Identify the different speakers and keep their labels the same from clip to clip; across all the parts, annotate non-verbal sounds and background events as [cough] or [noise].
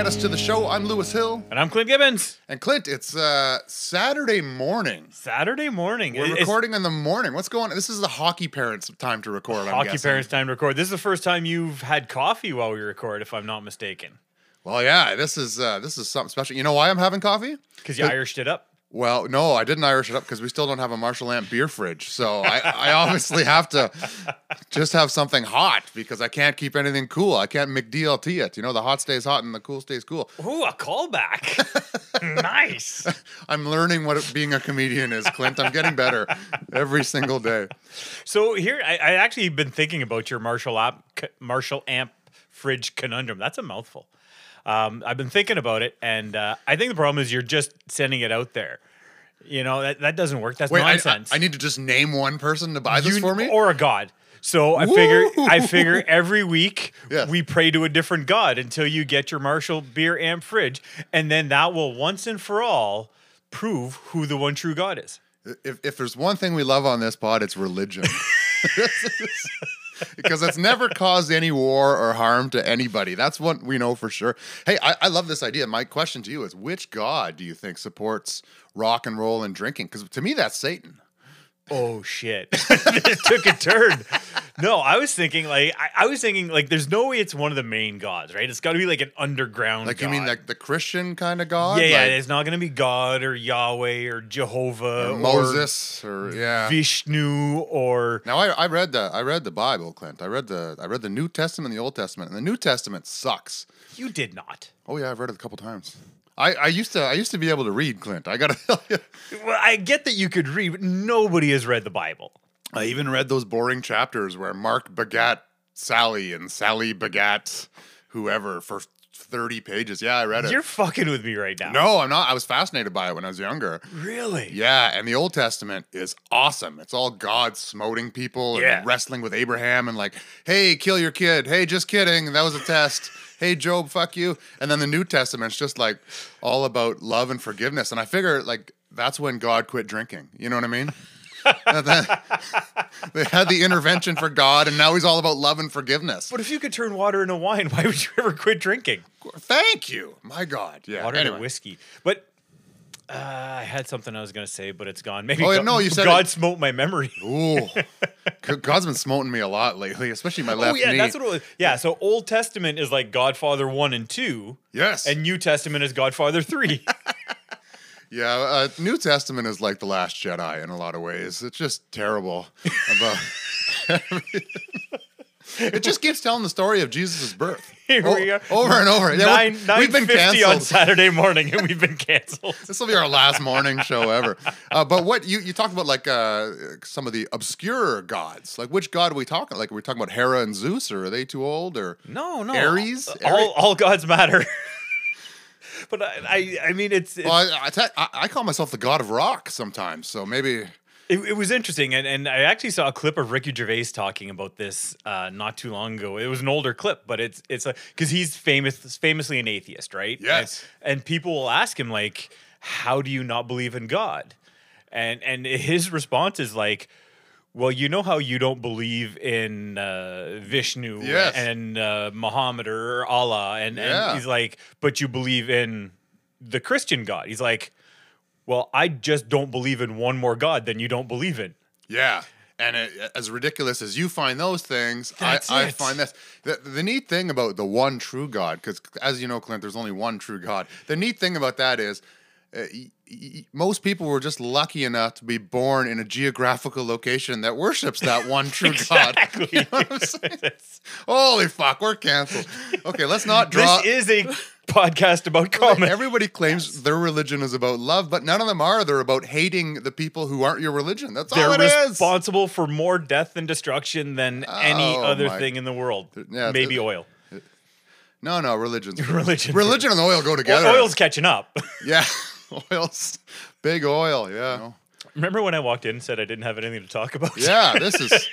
Speaker 1: us to the show. I'm Lewis Hill.
Speaker 2: And I'm Clint Gibbons.
Speaker 1: And Clint, it's uh, Saturday morning.
Speaker 2: Saturday morning.
Speaker 1: We're
Speaker 2: It- it's
Speaker 1: recording in the morning. What's going on? This is the hockey parents' time to record. I'm
Speaker 2: Hockey
Speaker 1: guessing.
Speaker 2: parents time to record. This is the first time you've had coffee while we record, if I'm not mistaken,
Speaker 1: Well, yeah, this is uh, this is something special. You know why I'm having coffee?
Speaker 2: because you Irished it up.
Speaker 1: Well, no, I didn't Irish it up because we still don't have a Marshall Amp beer fridge. So I,
Speaker 2: [laughs]
Speaker 1: I obviously have to just have something hot because I can't keep anything cool. I can't McDLT it. You know, the hot stays hot and the cool stays cool.
Speaker 2: Ooh, a [laughs] callback. nice.
Speaker 1: I'm learning what it- being a comedian is, Clint. I'm getting better every single day.
Speaker 2: So here, I, I actually been thinking about your Marshall amp, Marshall amp fridge conundrum. That's a mouthful. Um, I've been thinking about it, and uh, I think the problem is you're just sending it out there. You know that, that doesn't work. That's
Speaker 1: Wait, I- I,
Speaker 2: nonsense.
Speaker 1: I need to just name one person to buy this
Speaker 2: You-
Speaker 1: for me.
Speaker 2: or a god. So I figure I figure
Speaker 1: Woo!
Speaker 2: every week
Speaker 1: [laughs] Yes.
Speaker 2: we pray to a different god until you get your Marshall beer amp fridge, and then that will once and for all prove who the one true God is.
Speaker 1: if, if there's one thing we love on this pod, it's
Speaker 2: [laughs]
Speaker 1: religion. because it's never caused any war or harm to anybody. That's what we know for sure. Hey, I, I love this idea. My question to you is which God do you think supports rock and roll and drinking? Because to me, that's Satan.
Speaker 2: Oh shit! [laughs] it took a turn. No, I was thinking like I, I was thinking like there's no way it's one of the main gods, right? It's got to be like an underground.
Speaker 1: Like, you mean
Speaker 2: god.
Speaker 1: like the Christian kind of God?
Speaker 2: yeah, yeah.
Speaker 1: Like
Speaker 2: It's not gonna be God or Yahweh or Jehovah or,
Speaker 1: Moses or, yeah.
Speaker 2: Vishnu or
Speaker 1: Now I, I read the I read the Bible, Clint. I read the I read the New Testament and the Old Testament. And the New Testament sucks.
Speaker 2: you did not.
Speaker 1: Oh yeah, I've read it a couple times. I, I used to I used to be able to read, Clint. I gotta [laughs] tell you.
Speaker 2: Well, I get that you could read, but nobody has read the Bible.
Speaker 1: I even read those boring chapters where Mark begat Sally and Sally begat whoever for 30 pages. Yeah, I read it.
Speaker 2: You're fucking with me right now.
Speaker 1: no, I'm not. I was fascinated by it when I was younger.
Speaker 2: Really?
Speaker 1: Yeah, and the Old Testament is awesome. It's all God smoting people and
Speaker 2: Yeah.
Speaker 1: wrestling with Abraham and like, hey, kill your kid. Hey, just kidding. That was a test. hey, Job, fuck you. And then the New Testament's just like all about love and forgiveness. And I figure like that's when God quit drinking. You know what I mean?
Speaker 2: [laughs]
Speaker 1: And then- [laughs] they had the intervention for God, and now he's all about love and forgiveness.
Speaker 2: But if you could turn water into wine, [laughs] why would you ever quit drinking?
Speaker 1: Thank you, my God. Yeah.
Speaker 2: Water
Speaker 1: anyway.
Speaker 2: into whiskey. But uh, I had something I was going to say, but it's gone. Maybe
Speaker 1: Oh, yeah,
Speaker 2: God,
Speaker 1: no, you said
Speaker 2: God
Speaker 1: it.
Speaker 2: smote my memory. [laughs]
Speaker 1: Ooh, God's been smoting me a lot lately, especially my left
Speaker 2: oh, yeah,
Speaker 1: knee.
Speaker 2: that's what it was. Yeah, so Old Testament is like Godfather 1 and 2,
Speaker 1: yes.
Speaker 2: and New Testament is
Speaker 1: [laughs]
Speaker 2: Godfather 3.
Speaker 1: Yeah, uh, New Testament is like the Last Jedi in a lot of ways. It's just
Speaker 2: [laughs]
Speaker 1: terrible. About [laughs] it just keeps telling the story of Jesus' birth.
Speaker 2: [laughs] Here
Speaker 1: O-
Speaker 2: we are.
Speaker 1: Over and over. Yeah,
Speaker 2: Nine,
Speaker 1: we're-
Speaker 2: nine
Speaker 1: we've been
Speaker 2: on
Speaker 1: canceled.
Speaker 2: Saturday morning, and we've
Speaker 1: [laughs]
Speaker 2: been canceled.
Speaker 1: This will be our last morning show ever. Uh, but what you, you talked about, like uh, some of the obscure gods. Like which god are we talking? Like are we talking about Hera and Zeus, or are they too old? Or
Speaker 2: No, no.
Speaker 1: Aries?
Speaker 2: All
Speaker 1: Ari-
Speaker 2: all gods matter. [laughs] but I, I I mean it's, it's
Speaker 1: well, I, I, te- I, I call myself the god of rock sometimes. So maybe
Speaker 2: it, it was interesting and, and I actually saw a clip of Ricky Gervais talking about this uh, not too long ago. It was an older clip, but it's it's because he's famous famously an atheist, right? And-
Speaker 1: Yes.
Speaker 2: And, people will ask him like, "How do you not believe in God?" And and his response is like. Well, you know how you don't believe in uh, Vishnu
Speaker 1: Yes.
Speaker 2: and uh, Muhammad or Allah, and,
Speaker 1: Yeah.
Speaker 2: and he's like, but you believe in the Christian God. He's like, well, I just don't believe in one more God than you don't believe in. [laughs]
Speaker 1: Yeah. And it, as ridiculous as you find those things, I,
Speaker 2: That's
Speaker 1: I
Speaker 2: it.
Speaker 1: find this. The, the neat thing about the one true God, because as you know, Clint, there's only one true God. The neat thing about that is uh, y- y- most people were just lucky enough to be born in a geographical location that worships
Speaker 2: [laughs]
Speaker 1: that one true God. You know what I'm saying?
Speaker 2: That's-
Speaker 1: Holy fuck, we're canceled. Okay, let's not draw.
Speaker 2: this is a podcast about
Speaker 1: [laughs]
Speaker 2: comedy.
Speaker 1: Everybody claims their religion is about love, but none of them are. They're about hating the people who aren't your religion. That's all
Speaker 2: They're
Speaker 1: it is.
Speaker 2: responsible for more death and destruction than any
Speaker 1: Oh,
Speaker 2: other
Speaker 1: my-
Speaker 2: thing in the world.
Speaker 1: yeah,
Speaker 2: Maybe
Speaker 1: th-
Speaker 2: oil.
Speaker 1: No, no, religion's
Speaker 2: Religion.
Speaker 1: Religion and oil go together. [laughs]
Speaker 2: Oil's catching up. [laughs]
Speaker 1: Yeah. [laughs] Oil's big oil. Yeah.
Speaker 2: Remember when I walked in and said I didn't have anything to talk about? [laughs]
Speaker 1: Yeah. This is.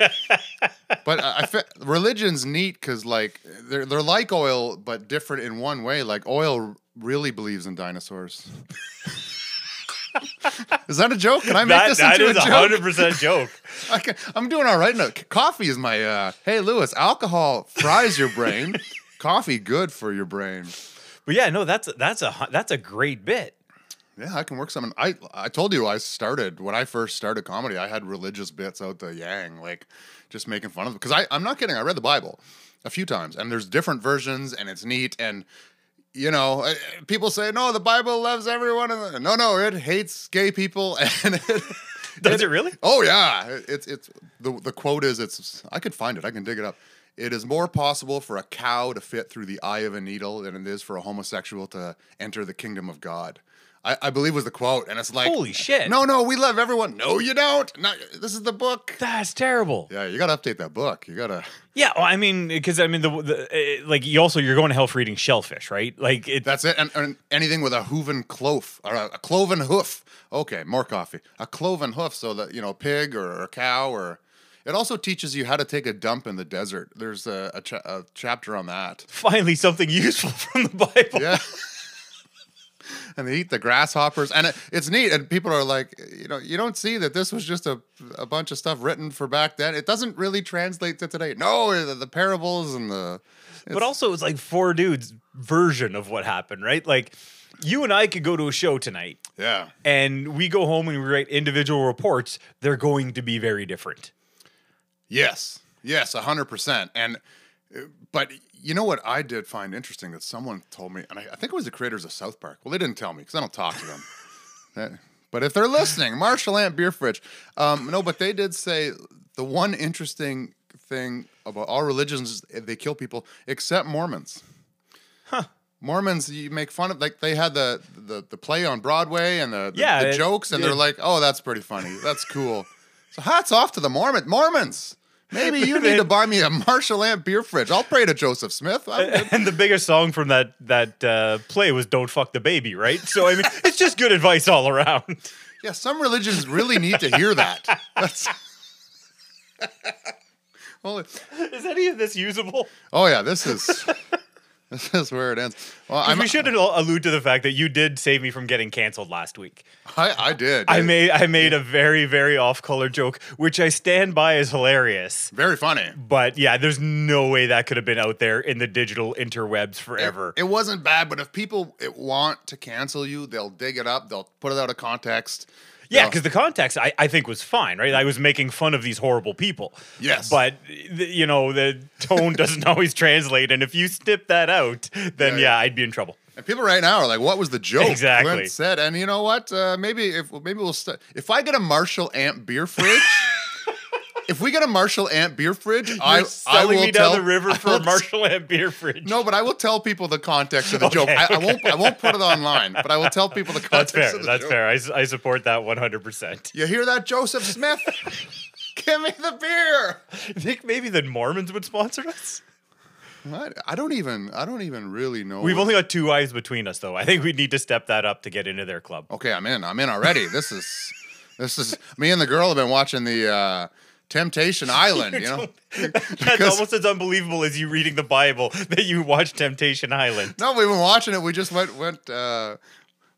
Speaker 1: but I, I fe- religion's neat because like they're they're like oil but different in one way. Like oil really believes in dinosaurs. [laughs] is that a joke? Can I make
Speaker 2: That,
Speaker 1: this
Speaker 2: that
Speaker 1: into
Speaker 2: is
Speaker 1: a joke?
Speaker 2: 100% joke.
Speaker 1: I can, I'm doing all right now. C- Coffee is my.
Speaker 2: [laughs]
Speaker 1: uh Hey, Lewis. Alcohol fries your brain. Coffee good for your brain.
Speaker 2: But yeah, no, that's that's a hu- that's a great bit.
Speaker 1: Yeah, I can work something. I I told you I started when I first started comedy. I had religious bits out the yang, like just making fun of them. Because I I'm not kidding. I read the Bible a few times, and there's different versions, and it's neat. And you know, eh, eh, people say no, the Bible loves everyone. and the-" No, no, it hates gay people. [laughs] And it,
Speaker 2: Does it really?
Speaker 1: oh yeah, it- it's it's the the quote is it's I could find it. I can dig it up. It is more possible for a cow to fit through the eye of a needle than it is for a homosexual to enter the kingdom of God. I, I believe was the quote, and it's like
Speaker 2: Holy shit.
Speaker 1: No, no, we love everyone. No, you don't. No, this is the book.
Speaker 2: That's terrible.
Speaker 1: Yeah, you gotta update that book. You gotta.
Speaker 2: Yeah, well, I mean, because I mean, the, the uh, like you also you're going to hell for eating shellfish, right? Like it.
Speaker 1: That's it. And, and anything with a hooven clofe or a, a cloven hoof. Okay, more coffee. A cloven hoof, so that you know, pig or a cow or. It also teaches you how to take a dump in the desert. There's a, a, cha- a chapter on that.
Speaker 2: Finally, something [laughs] useful from the Bible.
Speaker 1: Yeah. [laughs] and they eat the grasshoppers, and it, it's neat. And people are like, you know, you don't see that this was just a a bunch of stuff written for back then. It doesn't really translate to today. No, the, the parables and the.
Speaker 2: but also it's like four dudes version of what happened, right? Like you and I could go to a show tonight
Speaker 1: Yeah.
Speaker 2: and we go home and we write individual reports, they're going to be very different. [laughs]
Speaker 1: Yes. Yes, 100%. And uh, but you know what I did find interesting that someone told me and I, I think it was the creators of South Park. Well, they didn't tell me cuz I don't talk to
Speaker 2: [laughs]
Speaker 1: them. Uh, but if they're listening, Marshall Ant Beer Fridge. Um, no, but they did say the one interesting thing about all religions is they kill people except Mormons. Mormons, you make fun of like they had the the, the play on Broadway and the, the,
Speaker 2: Yeah,
Speaker 1: the
Speaker 2: it-
Speaker 1: jokes, and
Speaker 2: it-
Speaker 1: they're like, "Oh, that's pretty funny. That's cool." so hats off to the Mormon Mormons. Maybe you need to buy me a Marshall Amp beer fridge. I'll pray to Joseph Smith. I'm good.
Speaker 2: And the biggest song from that that uh, play was "Don't Fuck the Baby," right? So I mean, it's just good advice all around. [laughs]
Speaker 1: yeah, some religions really need to hear that. That's. [laughs] Holy-
Speaker 2: Is any of this usable?
Speaker 1: oh yeah, this is this is where it ends. Well, I'm,
Speaker 2: we should al- allude to the fact that you did save me from getting canceled last week.
Speaker 1: I, I did.
Speaker 2: I made I made a very very off color joke, which I stand by as hilarious.
Speaker 1: very funny.
Speaker 2: But yeah, there's no way that could have been out there in the digital interwebs forever.
Speaker 1: It wasn't bad, but if people it want to cancel you, they'll dig it up. They'll put it out of context.
Speaker 2: Yeah,
Speaker 1: They'll-
Speaker 2: because the context I, I think was fine, right? I was making fun of these horrible people.
Speaker 1: Yes.
Speaker 2: But, th- you know, the
Speaker 1: [laughs]
Speaker 2: tone doesn't always translate. And if you snip that out, then
Speaker 1: Yeah,
Speaker 2: yeah,
Speaker 1: yeah.
Speaker 2: I'd be in trouble.
Speaker 1: and people right now are like, "What was the joke?"
Speaker 2: Exactly.
Speaker 1: Clint said, and you know what? Uh, maybe if maybe we'll st- if I get a Marshall Amp beer
Speaker 2: [laughs]
Speaker 1: fridge. If we get a Marshall Amp beer fridge, I,
Speaker 2: You're selling
Speaker 1: I will
Speaker 2: me down
Speaker 1: tell,
Speaker 2: the river
Speaker 1: [laughs] I
Speaker 2: for a
Speaker 1: will-
Speaker 2: Marshall and beer fridge.
Speaker 1: No, but I will tell people the context of the joke.
Speaker 2: Okay,
Speaker 1: I, I won't. I won't put it online, but I will tell people the
Speaker 2: [laughs] that's
Speaker 1: context.
Speaker 2: fair.
Speaker 1: Of the
Speaker 2: That's
Speaker 1: joke.
Speaker 2: fair. I, s- I support that [laughs] 100%.
Speaker 1: You hear that, Joseph
Speaker 2: [laughs]
Speaker 1: Smith? Give me the beer.
Speaker 2: I think maybe the Mormons would sponsor us.
Speaker 1: What? I don't even. I don't even really know.
Speaker 2: We've
Speaker 1: what-
Speaker 2: only got two eyes between us, though. I think we need to step that up to get into their club.
Speaker 1: okay, I'm in. I'm in already. This is this is me and the girl have been watching the uh Temptation Island, you know.
Speaker 2: That's almost as unbelievable as you reading the Bible [laughs] that you watch Temptation Island.
Speaker 1: No, we've been watching it. We just went went uh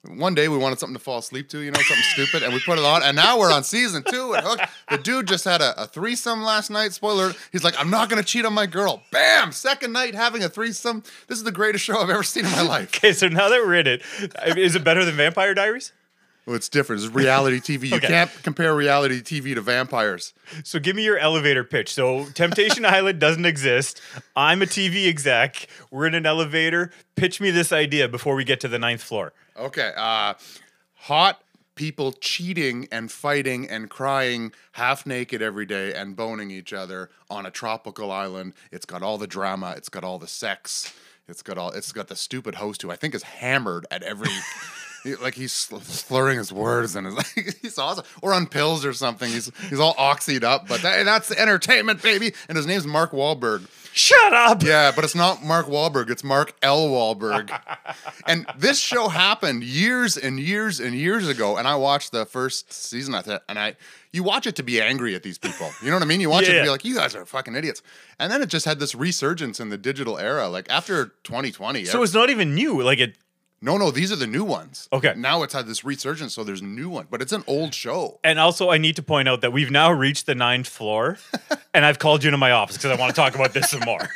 Speaker 1: one day we wanted something to fall asleep to, you know, something stupid, and we put it on. And now we're on season two. And hooked. the dude just had a, a threesome last night. Spoiler: alert. He's like, "I'm not gonna cheat on my girl." Bam! Second night having a threesome. This is the greatest show I've ever seen in my life.
Speaker 2: Okay, so now that we're in it, I mean, is it better than Vampire Diaries?
Speaker 1: Well, it's different. It's reality TV. You
Speaker 2: Okay.
Speaker 1: can't compare reality TV to vampires.
Speaker 2: So give me your elevator pitch. So Temptation Island doesn't exist. I'm a TV exec. We're in an elevator. Pitch me this idea before we get to the ninth floor.
Speaker 1: Okay. Uh, hot people cheating and fighting and crying half naked every day and boning each other on a tropical island. It's got all the drama. It's got all the sex. It's got all. It's got the stupid host who I think is hammered at every. he- Like he's sl- slurring his words and is like, [laughs] he's awesome, or on pills or something. He's he's all oxied up, but that, that's the entertainment, baby. And his name's Mark Wahlberg.
Speaker 2: Shut up.
Speaker 1: Yeah, but it's not Mark Wahlberg. It's Mark L. Wahlberg. and this show happened years and years and years ago. And I watched the first season of it, and I you watch it to be angry at these people. You know what I mean? You watch it to
Speaker 2: Yeah.
Speaker 1: be like, you guys are fucking idiots. And then it just had this resurgence in the digital era. Like after 2020.
Speaker 2: So it's not even new. Like it,
Speaker 1: no, no, these are the new ones.
Speaker 2: Okay.
Speaker 1: Now it's had this resurgence, so there's a new one, but it's an old show.
Speaker 2: and also I need to point out that we've now reached the ninth floor, and I've called you into my office because I want to talk about this some more.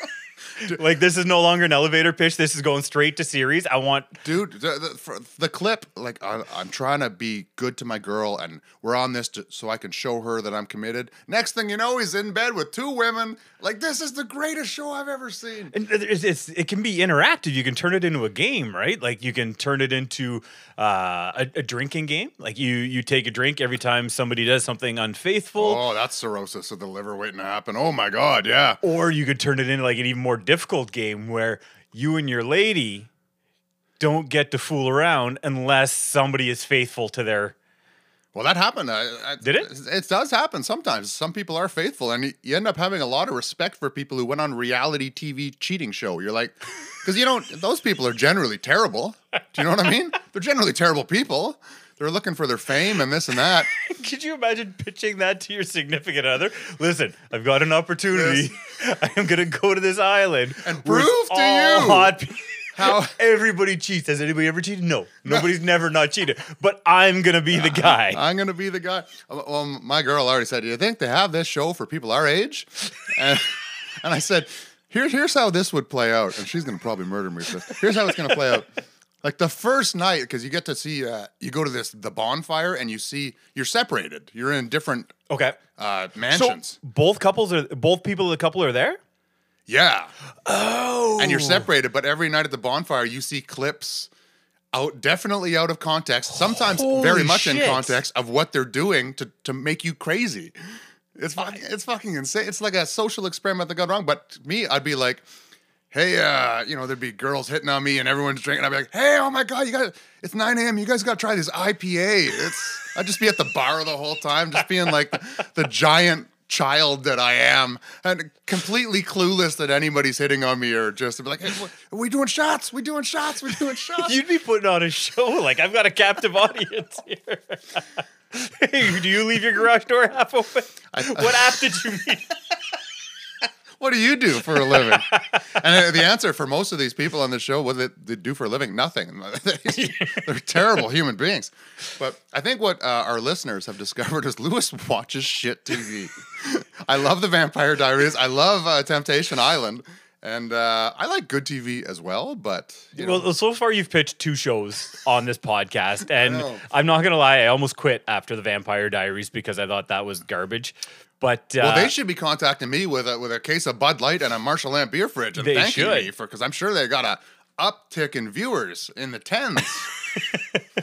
Speaker 2: like this is no longer an elevator pitch. This is going straight to series. I want
Speaker 1: dude the, the, for the clip like I, i'm trying to be good to my girl and we're on this to, so i can show her that i'm committed next thing you know he's in bed with two women like this is the greatest show i've ever seen
Speaker 2: And it- it's, it's, it can be interactive. You can turn it into a game, right? Like you can turn it into uh, a, a drinking game. Like you you take a drink every time somebody does something unfaithful,
Speaker 1: oh that's cirrhosis of the liver waiting to happen oh my god yeah
Speaker 2: or you could turn it into like an even more difficult game where you and your lady don't get to fool around unless somebody is faithful to their.
Speaker 1: well that happened I, I,
Speaker 2: Did it?
Speaker 1: it does happen sometimes some people are faithful and you- you end up having a lot of respect for people who went on reality tv cheating show you're
Speaker 2: [laughs]
Speaker 1: like because you don't those people are generally terrible do you know what i mean they're generally terrible people they're looking for their fame and this and that
Speaker 2: Could you imagine pitching that to your significant other? Listen, I've got an opportunity. [laughs] I am going to go to this island
Speaker 1: And
Speaker 2: where it's
Speaker 1: prove to
Speaker 2: all
Speaker 1: you
Speaker 2: hot people.
Speaker 1: how
Speaker 2: Everybody cheats. Has anybody ever cheated? No, nobody's never not cheated. But I'm gonna be the guy.
Speaker 1: I'm gonna be the guy. Um, Well, my girl already said, "Do you think they have this show for people our age?" And, [laughs] and I said, "Here's here's how this would play out." And she's gonna probably murder me. So here's how it's gonna play out. Like the first night, because you get to see, uh, you go to this the bonfire, and you see you're separated. You're in different
Speaker 2: Okay.
Speaker 1: uh,
Speaker 2: So
Speaker 1: mansions.
Speaker 2: both couples are both people of the couple are there.
Speaker 1: yeah,
Speaker 2: Oh,
Speaker 1: and you're separated. But every night at the bonfire, you see clips out, definitely out of context. Sometimes very
Speaker 2: Holy
Speaker 1: much in
Speaker 2: shit.
Speaker 1: context of what they're doing to to make you crazy. It's fucking, it's fucking insane. It's like a social experiment that got wrong. But to me, I'd be like, hey, uh, you know, there'd be girls hitting on me and everyone's drinking. I'd be like, hey, oh my god, you got it's 9 a.m. You guys got to try this IPA. It's I'd just be at the bar the whole time, just being like the, the giant child that I am, and completely clueless that anybody's hitting on me or just be like, hey, wh- are we doing shots? We doing shots? We doing shots?
Speaker 2: You'd be putting on a show. Like I've got a captive audience here. [laughs] hey, do you leave your garage door half open? what app did you meet?
Speaker 1: what do you do for a living? and uh, the answer for most of these people on the show, what they, they do for a living, nothing. [laughs] They're terrible human beings. But I think what uh, our listeners have discovered is Lewis watches shit TV. [laughs] I love The Vampire Diaries. I love uh, Temptation Island. And uh, I like good TV as well, but you know,
Speaker 2: Well, so far you've pitched two shows on
Speaker 1: [laughs]
Speaker 2: this podcast,
Speaker 1: know.
Speaker 2: and I'm not gonna lie, I almost quit after the Vampire Diaries because I thought that was garbage. But uh,
Speaker 1: well, they should be contacting me with a with a case of Bud Light and a Marshall Lamp beer fridge, and
Speaker 2: They
Speaker 1: thanking
Speaker 2: should.
Speaker 1: me for because I'm sure they got a uptick in viewers in the
Speaker 2: [laughs]
Speaker 1: tens,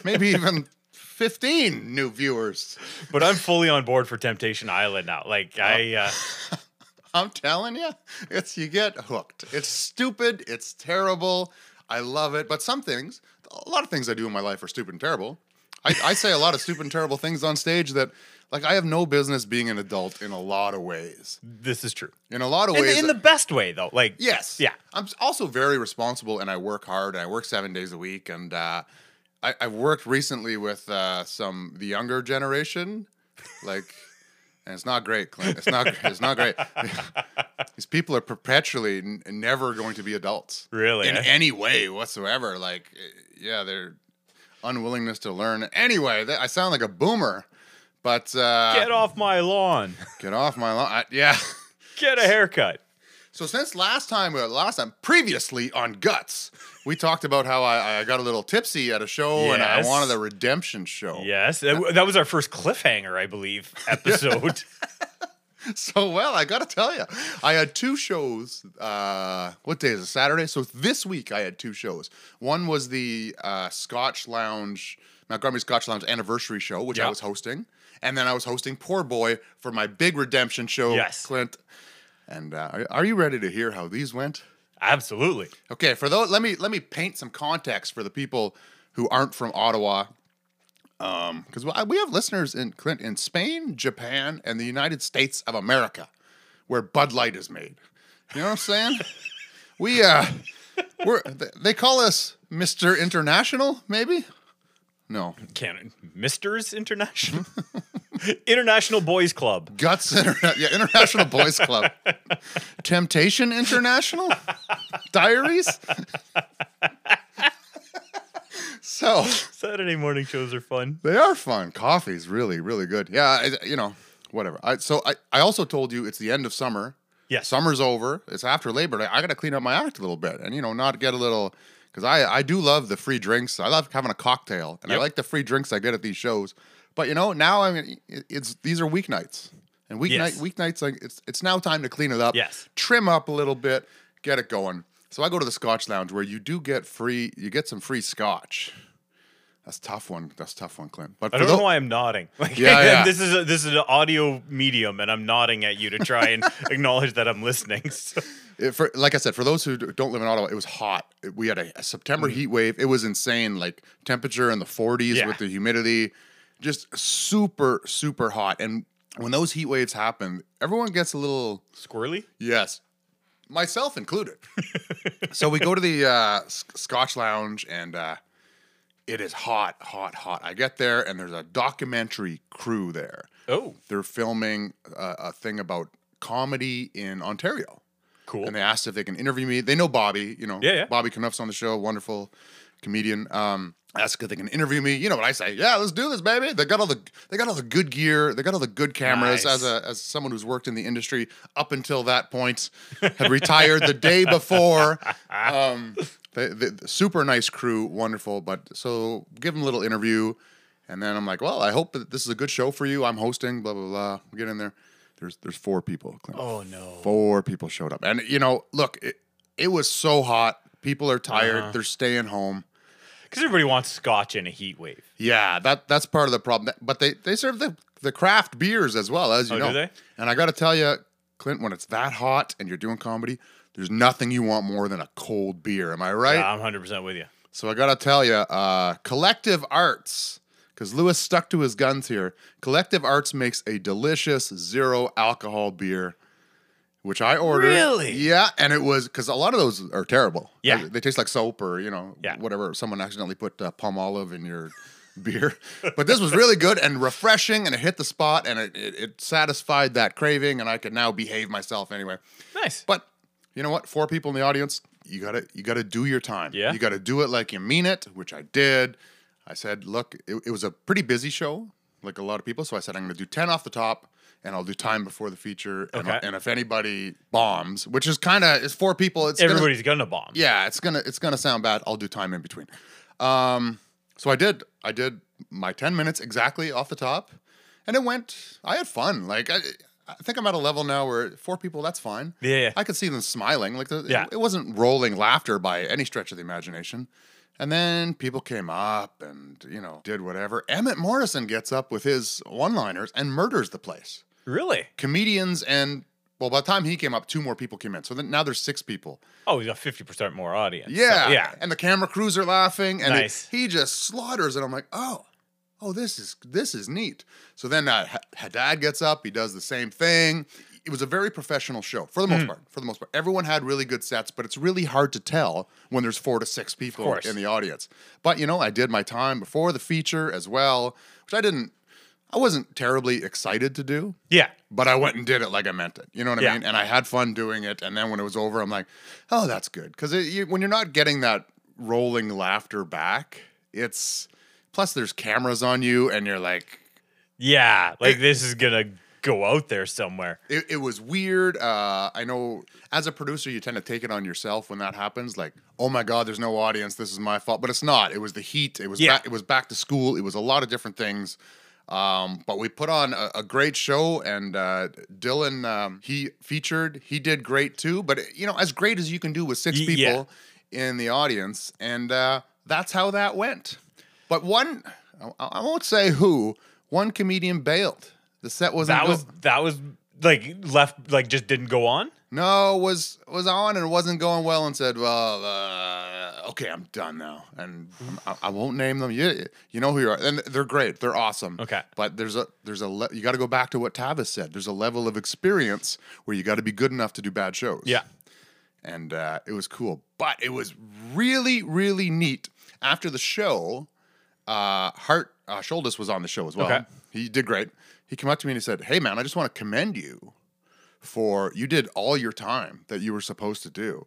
Speaker 1: maybe even fifteen new viewers.
Speaker 2: but I'm fully on board for Temptation Island now. Like I, uh,
Speaker 1: I'm telling you, it's you get hooked. It's stupid. It's terrible. I love it, but some things, a lot of things I do in my life are stupid and terrible. I, I say a lot of stupid and terrible things on stage that, like, I have no business being an adult in a lot of ways.
Speaker 2: this is true
Speaker 1: In a lot of
Speaker 2: in,
Speaker 1: ways,
Speaker 2: in the best way though. Like
Speaker 1: Yes.
Speaker 2: Yeah.
Speaker 1: I'm s- also very responsible and I work hard and I work seven days a week. And uh, I, I've worked recently with uh, some, the younger generation. Like, and it's not great, Clint. It's not, it's not great. [laughs] These people are perpetually n- never going to be adults
Speaker 2: really,
Speaker 1: in
Speaker 2: eh?
Speaker 1: any way whatsoever. Like, eh, yeah, their unwillingness to learn. Anyway, that, I sound like a boomer, but uh,
Speaker 2: get off my lawn,
Speaker 1: get off my lawn. I- Yeah. [laughs]
Speaker 2: get a haircut.
Speaker 1: So since last time, uh, last time previously on Guts, we talked about how I, I got a little tipsy at a show and I
Speaker 2: Yes.
Speaker 1: wanted a redemption show.
Speaker 2: Yes, that, that was our first cliffhanger, I believe, episode.
Speaker 1: [laughs] So well, I gotta tell you, I had two shows. Uh, what day is it? Saturday. So this week I had two shows. One was the uh, Scotch Lounge, Montgomery Scotch Lounge anniversary show, which I
Speaker 2: Yeah.
Speaker 1: was hosting, and then I was hosting Poor Boy for my big redemption show.
Speaker 2: Yes.
Speaker 1: Clint. And uh, are- are you ready to hear how these went?
Speaker 2: Absolutely.
Speaker 1: Okay, for those, let me let me paint some context for the people who aren't from Ottawa, because we have listeners in Clint in Spain, Japan, and the United States of America, where Bud Light is made. You know what I'm saying? we uh, we're th- they call us Mister International, maybe. No,
Speaker 2: Canon
Speaker 1: [laughs]
Speaker 2: Misters International, International Boys Club.
Speaker 1: Guts Interna- yeah, International Boys Club, Temptation International, Diaries. [laughs] so.
Speaker 2: Saturday morning shows are fun.
Speaker 1: They are fun. Coffee's really, really good. Yeah, I, you know, whatever. I, so I, I also told you it's the end of summer,
Speaker 2: Yes.
Speaker 1: Summer's over. It's after Labor Day. I got to clean up my act a little bit and, you know, not get a little. Because I, I do love the free drinks. I love having a cocktail and
Speaker 2: Yep.
Speaker 1: I like the free drinks I get at these shows. But, you know, now I mean, it- it's these are weeknights. And weeknight
Speaker 2: Yes.
Speaker 1: weeknights, like it's, it's now time to clean it up
Speaker 2: Yes.
Speaker 1: trim up a little bit, get it going. So I go to the Scotch Lounge where you do get free, you get some free scotch. That's a tough one. That's a tough one, Clint. But
Speaker 2: I
Speaker 1: for
Speaker 2: don't know
Speaker 1: tho-
Speaker 2: why I'm nodding. [laughs] Like,
Speaker 1: Yeah, yeah.
Speaker 2: this is a, this is an audio medium, and I'm nodding at you to try and [laughs] acknowledge that I'm listening. [laughs] So-
Speaker 1: it- for, like I said, for those who d- don't live in Ottawa, it was hot. It- We had a, a September heat wave. It was insane, like temperature in the 40s
Speaker 2: Mm-hmm. Yeah.
Speaker 1: with the humidity, just super, super hot. And when those heat waves happen, everyone gets a little
Speaker 2: Squirrely.
Speaker 1: Yes, myself
Speaker 2: [laughs]
Speaker 1: included. so we go to the uh, S- Scotch Lounge, and uh, it is hot, hot, hot. I get there, and there's a documentary crew there.
Speaker 2: Oh,
Speaker 1: They're filming a, a thing about comedy in Ontario,
Speaker 2: cool.
Speaker 1: and they asked if they can interview me. They know Bobby, you know,
Speaker 2: Yeah, yeah.
Speaker 1: Bobby Knuff's on the show, wonderful comedian. Um, asked if they can interview me. You know what I say? Yeah, let's do this, baby. They got all the they got all the good gear. They got all the good cameras.
Speaker 2: Nice.
Speaker 1: As a as someone who's worked in the industry up until that point, had retired the day
Speaker 2: [laughs]
Speaker 1: before. Um, they, they, super nice crew, wonderful. But so give them a little interview, and then I'm like, well, I hope that this is a good show for you. I'm hosting. Blah blah blah. We get in there. There's there's four people. Clint
Speaker 2: oh no.
Speaker 1: four people showed up and you know look it, it was so hot people are tired
Speaker 2: Uh-huh.
Speaker 1: they're staying home
Speaker 2: Because everybody wants scotch in a heat wave.
Speaker 1: yeah that that's part of the problem That- but they they serve the the craft beers as well as you
Speaker 2: Oh, do
Speaker 1: know
Speaker 2: they?
Speaker 1: and i gotta tell you clint when it's that hot and you're doing comedy there's nothing you want more than a cold beer am i right
Speaker 2: Yeah, I'm 100 percent with you.
Speaker 1: so i gotta tell you uh collective arts because lewis stuck to his guns here collective arts makes a delicious zero alcohol beer which I ordered.
Speaker 2: Really?
Speaker 1: Yeah, and it was because a lot of those are terrible.
Speaker 2: Yeah.
Speaker 1: Like, they taste like soap or you know
Speaker 2: Yeah.
Speaker 1: whatever. Someone accidentally put uh, palm olive in your [laughs] beer, but this was really good and refreshing, and it hit the spot, and it, it it satisfied that craving, and I could now behave myself anyway.
Speaker 2: Nice.
Speaker 1: But you know what? Four people in the audience. You gotta you gotta do your time.
Speaker 2: Yeah.
Speaker 1: You gotta do it like you mean it, which I did. I said, look, it, it was a pretty busy show, like a lot of people. So I said, I'm gonna do ten off the top, and I'll do time before the feature. And,
Speaker 2: Okay.
Speaker 1: and if anybody bombs, which is kind of it's four people, it's gonna-
Speaker 2: Everybody's gonna bomb.
Speaker 1: yeah, it's gonna it's gonna sound bad. I'll do time in between. Um, so I did I did my ten minutes exactly off the top, and it went. I had fun. Like I, I think I'm at a level now where four people that's fine.
Speaker 2: Yeah, yeah.
Speaker 1: I could see them smiling. Like the,
Speaker 2: Yeah.
Speaker 1: it, wasn't rolling laughter by any stretch of the imagination. And then people came up and you know did whatever. Emmett Morrison gets up with his one-liners and murders the place
Speaker 2: Really?
Speaker 1: comedians and. Well, by the time he came up, two more people came in. So then now there's six people.
Speaker 2: Oh, he's got 50 percent more audience. So,
Speaker 1: Yeah.
Speaker 2: yeah.
Speaker 1: And the camera crews are laughing and it-
Speaker 2: Nice.
Speaker 1: he just slaughters and I'm like, "Oh. Oh, this is this is neat." So then uh, Ha- Haddad gets up, he does the same thing. It was a very professional show for the
Speaker 2: Hmm.
Speaker 1: most part. For the most part, everyone had really good sets, but it's really hard to tell when there's 4 to 6 people
Speaker 2: course.
Speaker 1: in the audience. But you know, I did my time before the feature as well, which I didn't I wasn't terribly excited to do
Speaker 2: Yeah.
Speaker 1: but I went and did it like I meant it. You know what I
Speaker 2: Yeah.
Speaker 1: mean? And I had fun doing it. And then when it was over, I'm like, oh, that's good. Because you, when you're not getting that rolling laughter back, it's plus there's cameras on you, and you're like,
Speaker 2: Yeah. Like this is gonna go out there somewhere.
Speaker 1: it, it was weird. Uh, I know as a producer, you tend to take it on yourself when that happens. Like, oh my God, there's no audience. This is my fault. But it's not. It was the heat. It was
Speaker 2: Yeah.
Speaker 1: back, it was back to school. It was a lot of different things. Um, but we put on a, a great show, and uh, Dylan um, he featured. He did great too. But you know, as great as you can do with six
Speaker 2: Y- yeah.
Speaker 1: people in the audience, and uh, that's how that went. But one, I, I won't say who. One comedian bailed. The set wasn't
Speaker 2: That
Speaker 1: go-
Speaker 2: was that was like left like just didn't go on.
Speaker 1: no, was was on and wasn't going well, and said, "Well, uh, okay, I'm done now, and I'm, I, I won't name them. You you know who you are, and they're great, they're awesome.
Speaker 2: Okay.
Speaker 1: but there's a there's a le- you got to go back to what Tavis said. There's a level of experience where you got to be good enough to do bad shows.
Speaker 2: Yeah.
Speaker 1: and uh, it was cool, but it was really really neat. After the show, uh, Hart uh, Sholdis was on the show as well.
Speaker 2: Okay.
Speaker 1: He did great. He came up to me and he said, "Hey man, I just want to commend you." for you did all your time that you were supposed to do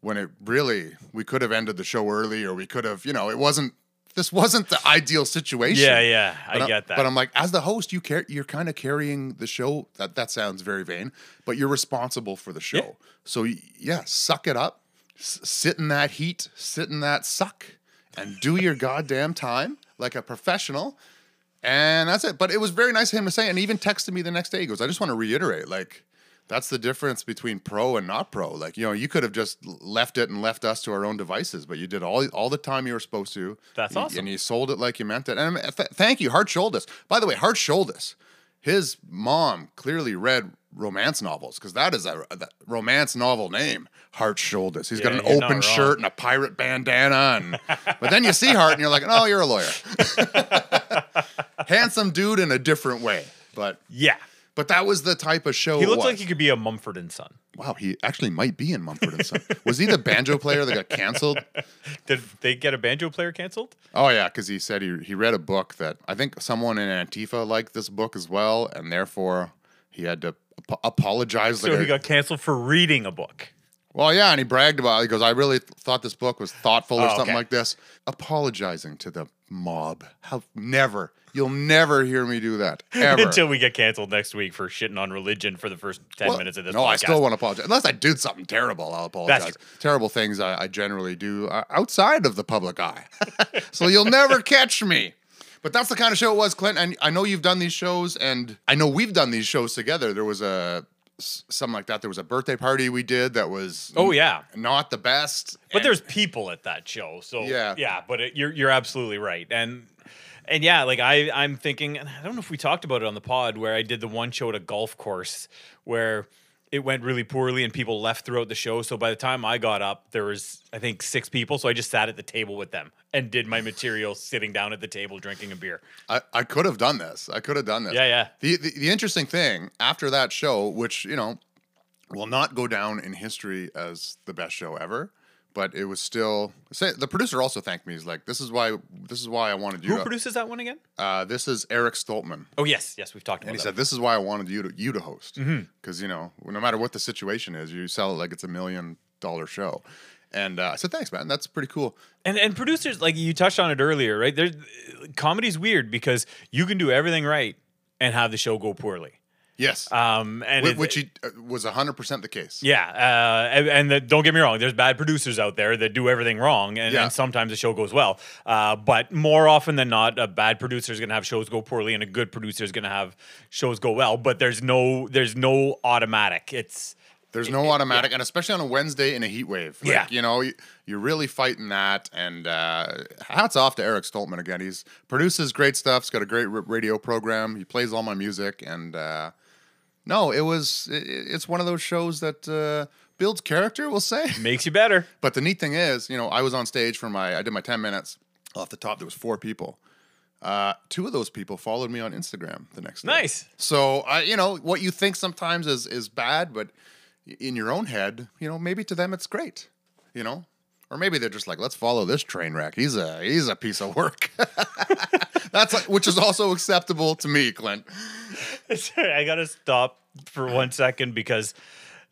Speaker 1: when it really we could have ended the show early or we could have you know it wasn't this wasn't the ideal situation.
Speaker 2: Yeah, yeah, I
Speaker 1: But uh,
Speaker 2: get that.
Speaker 1: But um, I'm like, as the host, you care. You're kind of carrying the show. That that sounds very vain, but you're responsible for the show. So y- yeah, suck it up. S- sit in that heat. Sit in that suck, and do your goddamn time like a professional. And that's it. But it was very nice of him to say, and he even texted me the next day. He goes, I just want to reiterate, like, that's the difference between pro and not pro. Like, you know, you could have just l- left it and left us to our own devices, but you did all all the time you were supposed to.
Speaker 2: That's
Speaker 1: Y-
Speaker 2: awesome.
Speaker 1: And you sold it like you meant it. And um, th- thank you, Hart Shoulders. By the way, Hart Shoulders, his mom clearly read romance novels because that is a, a romance novel name. Hart Shoulders. He's
Speaker 2: Yeah,
Speaker 1: got an
Speaker 2: you're not
Speaker 1: open
Speaker 2: wrong.
Speaker 1: shirt and a pirate bandana, and [laughs] but then you see Hart and you're like, oh, you're a lawyer [laughs] handsome dude in a different way. But
Speaker 2: yeah,
Speaker 1: but that was the type of show.
Speaker 2: he
Speaker 1: it
Speaker 2: looks
Speaker 1: was.
Speaker 2: like he could be a Mumford and Son.
Speaker 1: wow, he actually might be in Mumford and Son. was he the banjo player that got canceled?
Speaker 2: Did they get a banjo player canceled?
Speaker 1: Oh yeah, because he said he he read a book that I think someone in Antifa liked this book as well, and therefore he had to ap- apologize.
Speaker 2: So
Speaker 1: like
Speaker 2: he
Speaker 1: a-
Speaker 2: got canceled for reading a book.
Speaker 1: well, yeah, and he bragged about. it. He goes, "I really th- thought this book was thoughtful or
Speaker 2: Oh,
Speaker 1: something
Speaker 2: okay.
Speaker 1: like this." Apologizing to the mob. How never. You'll never hear me do
Speaker 2: [laughs]
Speaker 1: that ever.
Speaker 2: Until we get canceled next week for shitting on religion for the first 10
Speaker 1: Well,
Speaker 2: minutes of this
Speaker 1: No,
Speaker 2: podcast.
Speaker 1: I still want to apologize. Unless I did something terrible, I'll apologize. terrible things I, I generally do uh, outside of the public eye. [laughs] so you'll never catch me. But that's the kind of show it was, Clint. And I know you've done these shows, and I know we've done these shows together. There was a s- something like that. There was a birthday party we did that was
Speaker 2: Oh, yeah.
Speaker 1: not the best.
Speaker 2: But
Speaker 1: And-
Speaker 2: there's people at that show, so
Speaker 1: Yeah.
Speaker 2: yeah, But it, you're you're absolutely right, and and yeah, like I I'm thinking, and I don't know if we talked about it on the pod where I did the one show at a golf course where it went really poorly and people left throughout the show. So by the time I got up, there was I think six people, so I just sat at the table with them and did my material sitting down at the table drinking a beer.
Speaker 1: I, I could have done this. I could have done this.
Speaker 2: Yeah, yeah.
Speaker 1: The, the the interesting thing after that show, which you know, will not go down in history as the best show ever, but it was still. Say, the producer also thanked me. He's like, "This is why. This is why I wanted you."
Speaker 2: Who
Speaker 1: to,
Speaker 2: produces that one again?
Speaker 1: uh, this is Eric Stoltman.
Speaker 2: Oh yes, yes, we've talked about
Speaker 1: And he
Speaker 2: that.
Speaker 1: said, "This is why I wanted you to you to host,
Speaker 2: Mm-hmm.
Speaker 1: because you know, no matter what the situation is, you sell it like it's a million dollar show." And uh, I said, "Thanks, man. That's pretty cool."
Speaker 2: And and producers like you touched on it earlier, right? There's comedy's weird because you can do everything right and have the show go poorly.
Speaker 1: Yes,
Speaker 2: Um, and
Speaker 1: Whi-
Speaker 2: it-
Speaker 1: which he, uh, was hundred percent the case.
Speaker 2: yeah, uh, and, and the, don't get me wrong, there's bad producers out there that do everything wrong, and,
Speaker 1: Yeah.
Speaker 2: and sometimes the show goes well. Uh, but more often than not, a bad producer is going to have shows go poorly, and a good producer is going to have shows go well. But there's no there's no automatic. It's
Speaker 1: There's no automatic, and especially on a Wednesday in a heat wave. Like,
Speaker 2: Yeah.
Speaker 1: you know, y- you're really fighting that. And uh, hats off to Eric Stoltman again. He's produces great stuff. He's got a great r- radio program. He plays all my music, and uh, no, it was i i- it's one of those shows that uh, builds character. We'll say. [laughs]
Speaker 2: makes you better.
Speaker 1: But the neat thing is, you know, I was on stage for my I did my 10 minutes. Off the top, there was four people. Uh, two of those people followed me on Instagram the next day.
Speaker 2: Nice.
Speaker 1: So I, you know, what you think sometimes is is bad, but in your own head, you know, maybe to them it's great. You know, or maybe they're just like, let's follow this train wreck. He's a he's a piece of work. [laughs] That's like, which is also acceptable to me, Clint.
Speaker 2: [laughs] Sorry, I gotta stop for one second because [laughs]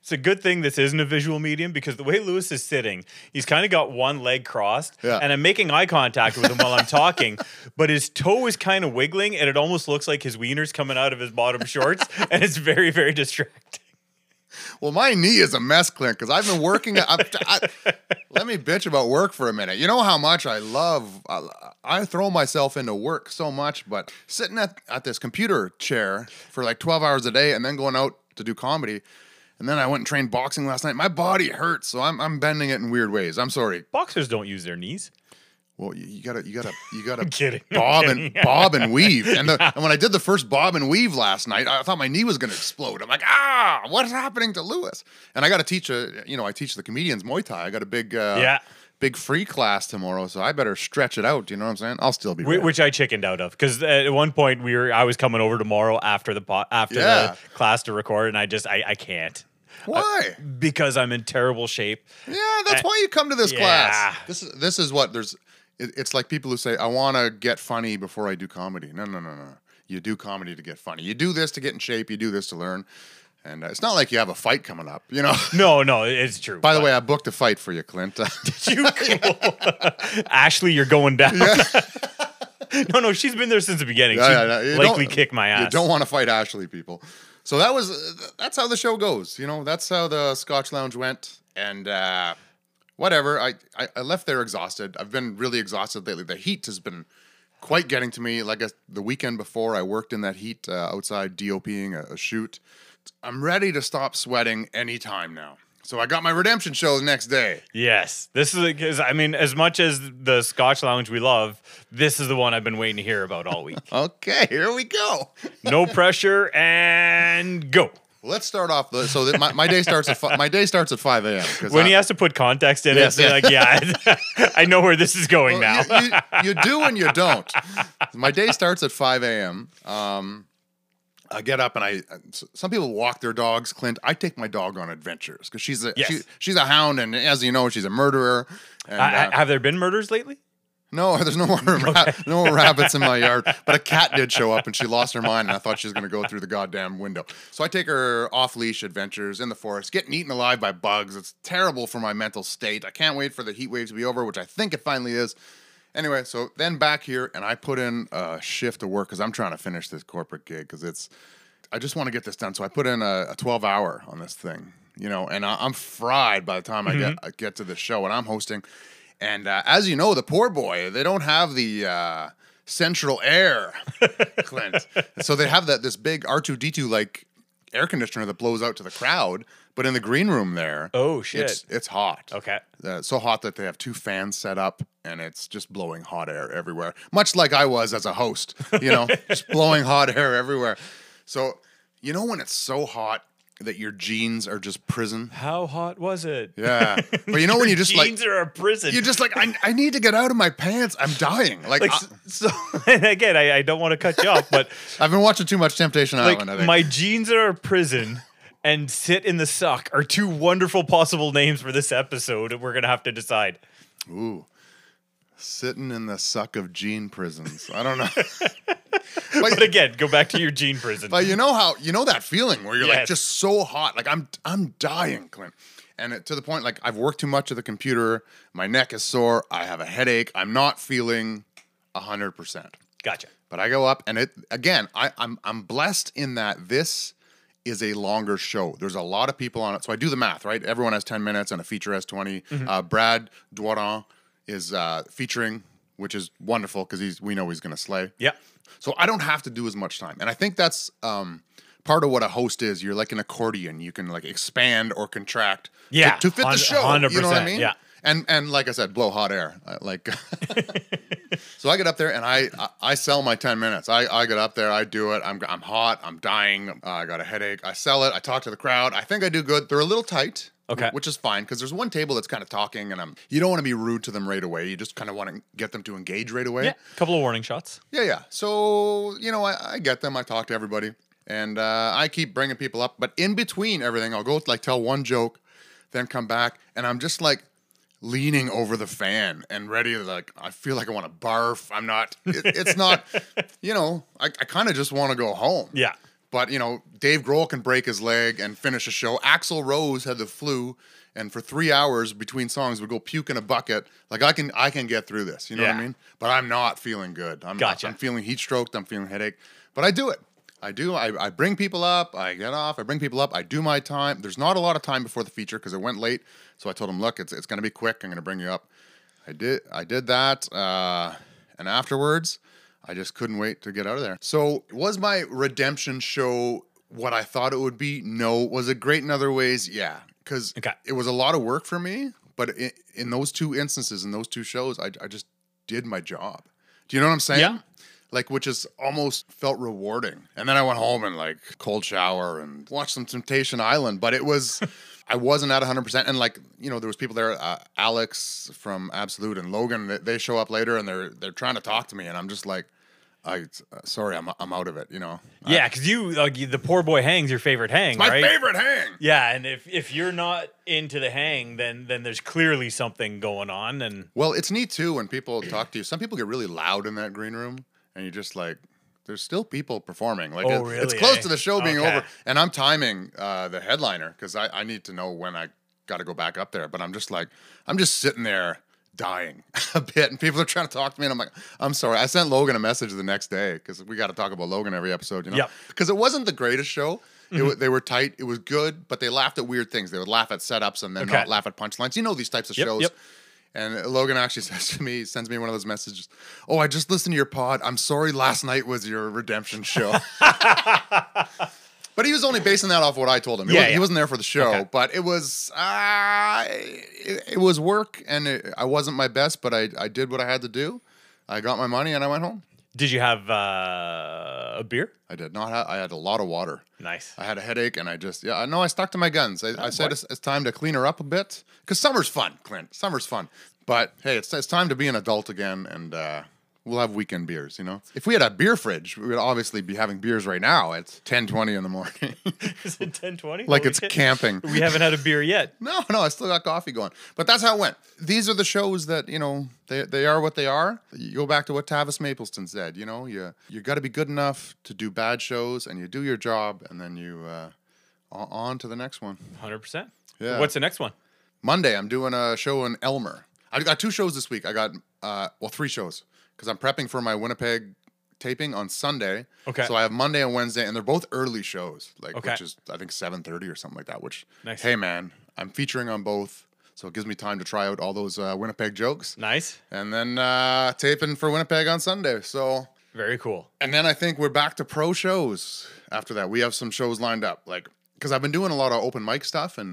Speaker 2: it's a good thing this isn't a visual medium because the way Lewis is sitting, he's kind of got one leg crossed,
Speaker 1: Yeah.
Speaker 2: and I'm making eye contact with him while
Speaker 1: [laughs]
Speaker 2: I'm talking, but his toe is kind of wiggling, and it almost looks like his wiener's coming out of his
Speaker 1: [laughs]
Speaker 2: bottom shorts, and it's very, very distracting.
Speaker 1: Well, my knee is a mess, Clint, because I've been working. I've, I, let me bitch about work for a minute. You know how much I love. I, I throw myself into work so much, but sitting at, at this computer chair for like twelve hours a day, and then going out to do comedy, and then I went and trained boxing last night. My body hurts, so I'm I'm bending it in weird ways. I'm sorry.
Speaker 2: Boxers don't use their knees.
Speaker 1: Well, you, you gotta you gotta you
Speaker 2: [laughs]
Speaker 1: gotta
Speaker 2: kidding.
Speaker 1: [laughs]
Speaker 2: I'm
Speaker 1: bob and
Speaker 2: [laughs] kidding.
Speaker 1: bob and weave. And, the, and when I did the first bob and weave last night, I thought my knee was gonna explode. I'm like, ah, what's happening to Lewis? And I gotta teach a you know I teach the comedians Muay Thai. I got a big uh,
Speaker 2: Yeah.
Speaker 1: big free class tomorrow, so I better stretch it out. You know what I'm saying? I'll still be
Speaker 2: Whi-
Speaker 1: ready.
Speaker 2: Which I chickened out of because at one point we were I was coming over tomorrow after the po- after
Speaker 1: Yeah.
Speaker 2: the class to record and I just I, I can't
Speaker 1: Why?
Speaker 2: because I'm in terrible shape.
Speaker 1: Yeah, that's why you come to this
Speaker 2: yeah.
Speaker 1: class. This is this is what there's. It, it's like people who say, "I want to get funny before I do comedy." No, no, no, no. You do comedy to get funny. You do this to get in shape. You do this to learn. And uh, it's not like you have a fight coming up, you know. [laughs]
Speaker 2: No, no, it's true.
Speaker 1: By the way, I booked a fight for you, Clint. [laughs]
Speaker 2: you cool. [laughs] Ashley, you're going down. [laughs] no, no, she's been there since the beginning.
Speaker 1: Yeah,
Speaker 2: She'd
Speaker 1: yeah, yeah. You
Speaker 2: likely
Speaker 1: don't-
Speaker 2: kick my ass.
Speaker 1: You don't want to fight Ashley, people. So that was uh, that's how the show goes. You know, that's how the Scotch Lounge went. And uh, whatever, I, I I left there exhausted. I've been really exhausted lately. The heat has been quite getting to me. Like I, the weekend before, I worked in that heat uh, outside, DOPing a, a shoot. I'm ready to stop sweating anytime now. So I got my redemption show the next day.
Speaker 2: Yes, this is because I mean, as much as the Scotch Lounge we love, this is the one I've been waiting to hear about all week.
Speaker 1: Okay, here we go. [laughs]
Speaker 2: no pressure and go.
Speaker 1: Let's start off. The, so that my, my day starts at fi- my day starts at 5 a.m. 'cause
Speaker 2: When
Speaker 1: I-
Speaker 2: he has to put context in
Speaker 1: Yes,
Speaker 2: it, it's like, yeah, I [laughs] know where this is going now.
Speaker 1: Well, You, you- you do and you don't. My day starts at 5 a.m. Um, I get up and I. s- Some people walk their dogs. Clint, I take my dog on adventures because she's a
Speaker 2: Yes.
Speaker 1: she, she's a hound, and as you know, she's a murderer. And, [laughs]
Speaker 2: I,
Speaker 1: uh,
Speaker 2: I- have there been murders lately?
Speaker 1: no, [laughs] there's no more ra- no more rabbits in my yard. But a cat did show up, and she lost her mind, and I thought she was going to go through the goddamn window. So I take her off leash adventures in the forest, getting eaten alive by bugs. It's terrible for my mental state. I can't wait for the heat wave to be over, which I think it finally is. Anyway, so then back here, and I put in a shift to work because I'm trying to finish this corporate gig because it's. I just want to get this done, so I put in a, a 12 hour on this thing, you know, and I, I'm fried by the time I
Speaker 2: Mm-hmm.
Speaker 1: get I get to the show, and I'm hosting. And uh, as you know, the poor boy, they don't have the uh, central
Speaker 2: [laughs]
Speaker 1: air, Clint. so they have that this big R2D2 like air conditioner that blows out to the crowd, but in the green room there,
Speaker 2: Oh shit.
Speaker 1: it's it's hot
Speaker 2: okay.
Speaker 1: uh, so hot that they have two fans set up and it's just blowing hot air everywhere much like i was as a host you
Speaker 2: [laughs]
Speaker 1: know just blowing hot air everywhere so you know when it's so hot that your jeans are just prison
Speaker 2: How hot was it?
Speaker 1: yeah
Speaker 2: [laughs]
Speaker 1: but you know when you just like
Speaker 2: Jeans are a prison.
Speaker 1: you're just like I, I need to get out of my pants i'm dying like,
Speaker 2: like
Speaker 1: I,
Speaker 2: s-
Speaker 1: [laughs]
Speaker 2: so. [laughs] And again, I, I don't want to cut you off, but
Speaker 1: have been watching too much temptation
Speaker 2: like
Speaker 1: island i think
Speaker 2: my jeans are a prison and sit in the suck are two wonderful possible names for this episode that we're gonna have to decide
Speaker 1: ooh sitting in the suck of jean prisons i don't know But-
Speaker 2: but again go back to your jean prison
Speaker 1: But you know how you know that feeling where you're like
Speaker 2: Yes.
Speaker 1: just so hot, like I'm I'm dying, Clint. And it, to the point, like I've worked too much at the computer, my neck is sore, I have a headache, I'm not feeling hundred percent.
Speaker 2: gotcha
Speaker 1: But I go up, and it again, I, I'm I'm blessed in that this is a longer show. There's a lot of people on it, so I do the math, right? Everyone has 10 minutes, and a feature has 20. Uh, Brad Doiron is uh, featuring, which is wonderful because he's we know he's gonna slay.
Speaker 2: yeah
Speaker 1: So I don't have to do as much time. And I think that's um, part of what a host is. You're like an accordion. You can like expand or contract to-
Speaker 2: Yeah,
Speaker 1: to, fit the
Speaker 2: hun-
Speaker 1: show. You know what I
Speaker 2: 100%,
Speaker 1: mean?
Speaker 2: yeah.
Speaker 1: And and like I said, blow hot air. I-
Speaker 2: [laughs]
Speaker 1: Like So I get up there and I I, I sell my 10 minutes. I, I get up there, I do it. I'm I'm hot, I'm dying. Uh, I got a headache. I sell it. I talk to the crowd. I think I do good. They're a little tight.
Speaker 2: Okay.
Speaker 1: Which is fine because there's one table that's kind of talking and I'm you don't want to be rude to them right away. You just kind of want to get them to engage right away.
Speaker 2: yeah a couple of warning shots
Speaker 1: Yeah, yeah. So, you know, I, I get them. I talk to everybody and uh, I keep bringing people up. But in between everything, I'll go like tell one joke, then come back. And I'm just like leaning over the fan and ready to like, I feel like I want to barf. I'm not, it, it's not, you know, I, I kind of just want to go home.
Speaker 2: yeah
Speaker 1: But you know, Dave Grohl can break his leg and finish a show. Axl Rose had the flu, and for three hours between songs would go puke in a bucket. Like I can, I can get through this. You know what I
Speaker 2: Yeah.
Speaker 1: mean? But I'm not feeling good. I'm,
Speaker 2: Gotcha.
Speaker 1: I'm feeling heat stroked. I'm feeling headache. But I do it. I do. I, I bring people up. I get off. I bring people up. I do my time. There's not a lot of time before the feature because it went late. So I told him, look, it's it's gonna be quick. I'm gonna bring you up. I did. I did that. Uh, and afterwards, I just couldn't wait to get out of there. So, was my redemption show what I thought it would be? No. Was it great in other ways? Yeah. Because
Speaker 2: Okay.
Speaker 1: it was a lot of work for me. But in, in those two instances, in those two shows, I, I just did my job. Do you know what I'm saying?
Speaker 2: Yeah.
Speaker 1: Like, which is almost felt rewarding. And then I went home and like cold shower and watched some Temptation Island. But it was, I wasn't at 100%. And like, you know, there was people there, uh, Alex from Absolute and Logan, they, they show up later and they're, they're trying to talk to me. And I'm just like, I, sorry, I'm, I'm out of it, you know?
Speaker 2: yeah because you like you- the poor boy hangs your favorite hang
Speaker 1: My
Speaker 2: right
Speaker 1: favorite hang.
Speaker 2: yeah and if if you're not into the hang then then there's clearly something going on and
Speaker 1: Well, it's neat too when people talk to you. Some people get really loud in that green room, and you're just like, there's still people performing. Like
Speaker 2: Oh,
Speaker 1: it- it's
Speaker 2: really,
Speaker 1: close
Speaker 2: eh?
Speaker 1: to the show being
Speaker 2: Okay.
Speaker 1: over, and I'm timing uh, the headliner because I, I need to know when I got to go back up there. But I'm just like I'm just sitting there dying [laughs] a bit, and people are trying to talk to me, and I'm like, I'm sorry. I sent Logan a message the next day because we got to talk about Logan every episode, you know?
Speaker 2: Yep. Mm-hmm.
Speaker 1: Because it wasn't the greatest show. It wa- they were tight. It was good, but they laughed at weird things. They would laugh at setups and then
Speaker 2: Okay.
Speaker 1: not laugh at punchlines. You know these types of
Speaker 2: Yep,
Speaker 1: shows.
Speaker 2: yep.
Speaker 1: And Logan actually [laughs] says to me, sends me one of those messages. Oh, I just listened to your pod. I'm sorry, last night was your redemption
Speaker 2: [laughs]
Speaker 1: show. but he was only basing that off what I told him. He,
Speaker 2: Yeah,
Speaker 1: wasn't, he
Speaker 2: yeah.
Speaker 1: wasn't there for the show,
Speaker 2: Okay.
Speaker 1: but it was uh, it, it was work, and it, I wasn't my best, but I I did what I had to do. I got my money and I went home.
Speaker 2: Did you have uh, a beer?
Speaker 1: I did not. Ha- I had a lot of water.
Speaker 2: Nice.
Speaker 1: I had a headache, and I just yeah. I know I stuck to my guns. I,
Speaker 2: Oh,
Speaker 1: I said it's, it's time to clean her up a bit because summer's fun, Clint. Summer's fun, but hey, it's it's time to be an adult again, and uh, we'll have weekend beers. You know, if we had a beer fridge, we would obviously be having beers right now. It's ten twenty in the morning, [laughs]
Speaker 2: [laughs] Is it ten twenty?
Speaker 1: like it's camping.
Speaker 2: [laughs] We haven't had a beer yet.
Speaker 1: [laughs] No, no, I still got coffee going. But that's how it went. These are the shows that, you know, they, they are what they are. You go back to what Tavis Mapleston said, you know, you you got to be good enough to do bad shows and you do your job and then you uh o- on to the next one.
Speaker 2: Hundred percent.
Speaker 1: Yeah.
Speaker 2: What's the next one?
Speaker 1: Monday I'm doing a show in Elmer. I've got two shows this week. I got uh well three shows cuz I'm prepping for my Winnipeg taping on Sunday.
Speaker 2: Okay.
Speaker 1: So I have Monday and Wednesday and they're both early shows, like
Speaker 2: Okay.
Speaker 1: which is I think 7:30 or something like that, which
Speaker 2: Nice.
Speaker 1: hey man, I'm featuring on both. So it gives me time to try out all those uh, Winnipeg jokes
Speaker 2: Nice.
Speaker 1: and then uh, taping for Winnipeg on Sunday. So
Speaker 2: Very cool.
Speaker 1: and then I think we're back to pro shows after that. We have some shows lined up like cuz I've been doing a lot of open mic stuff and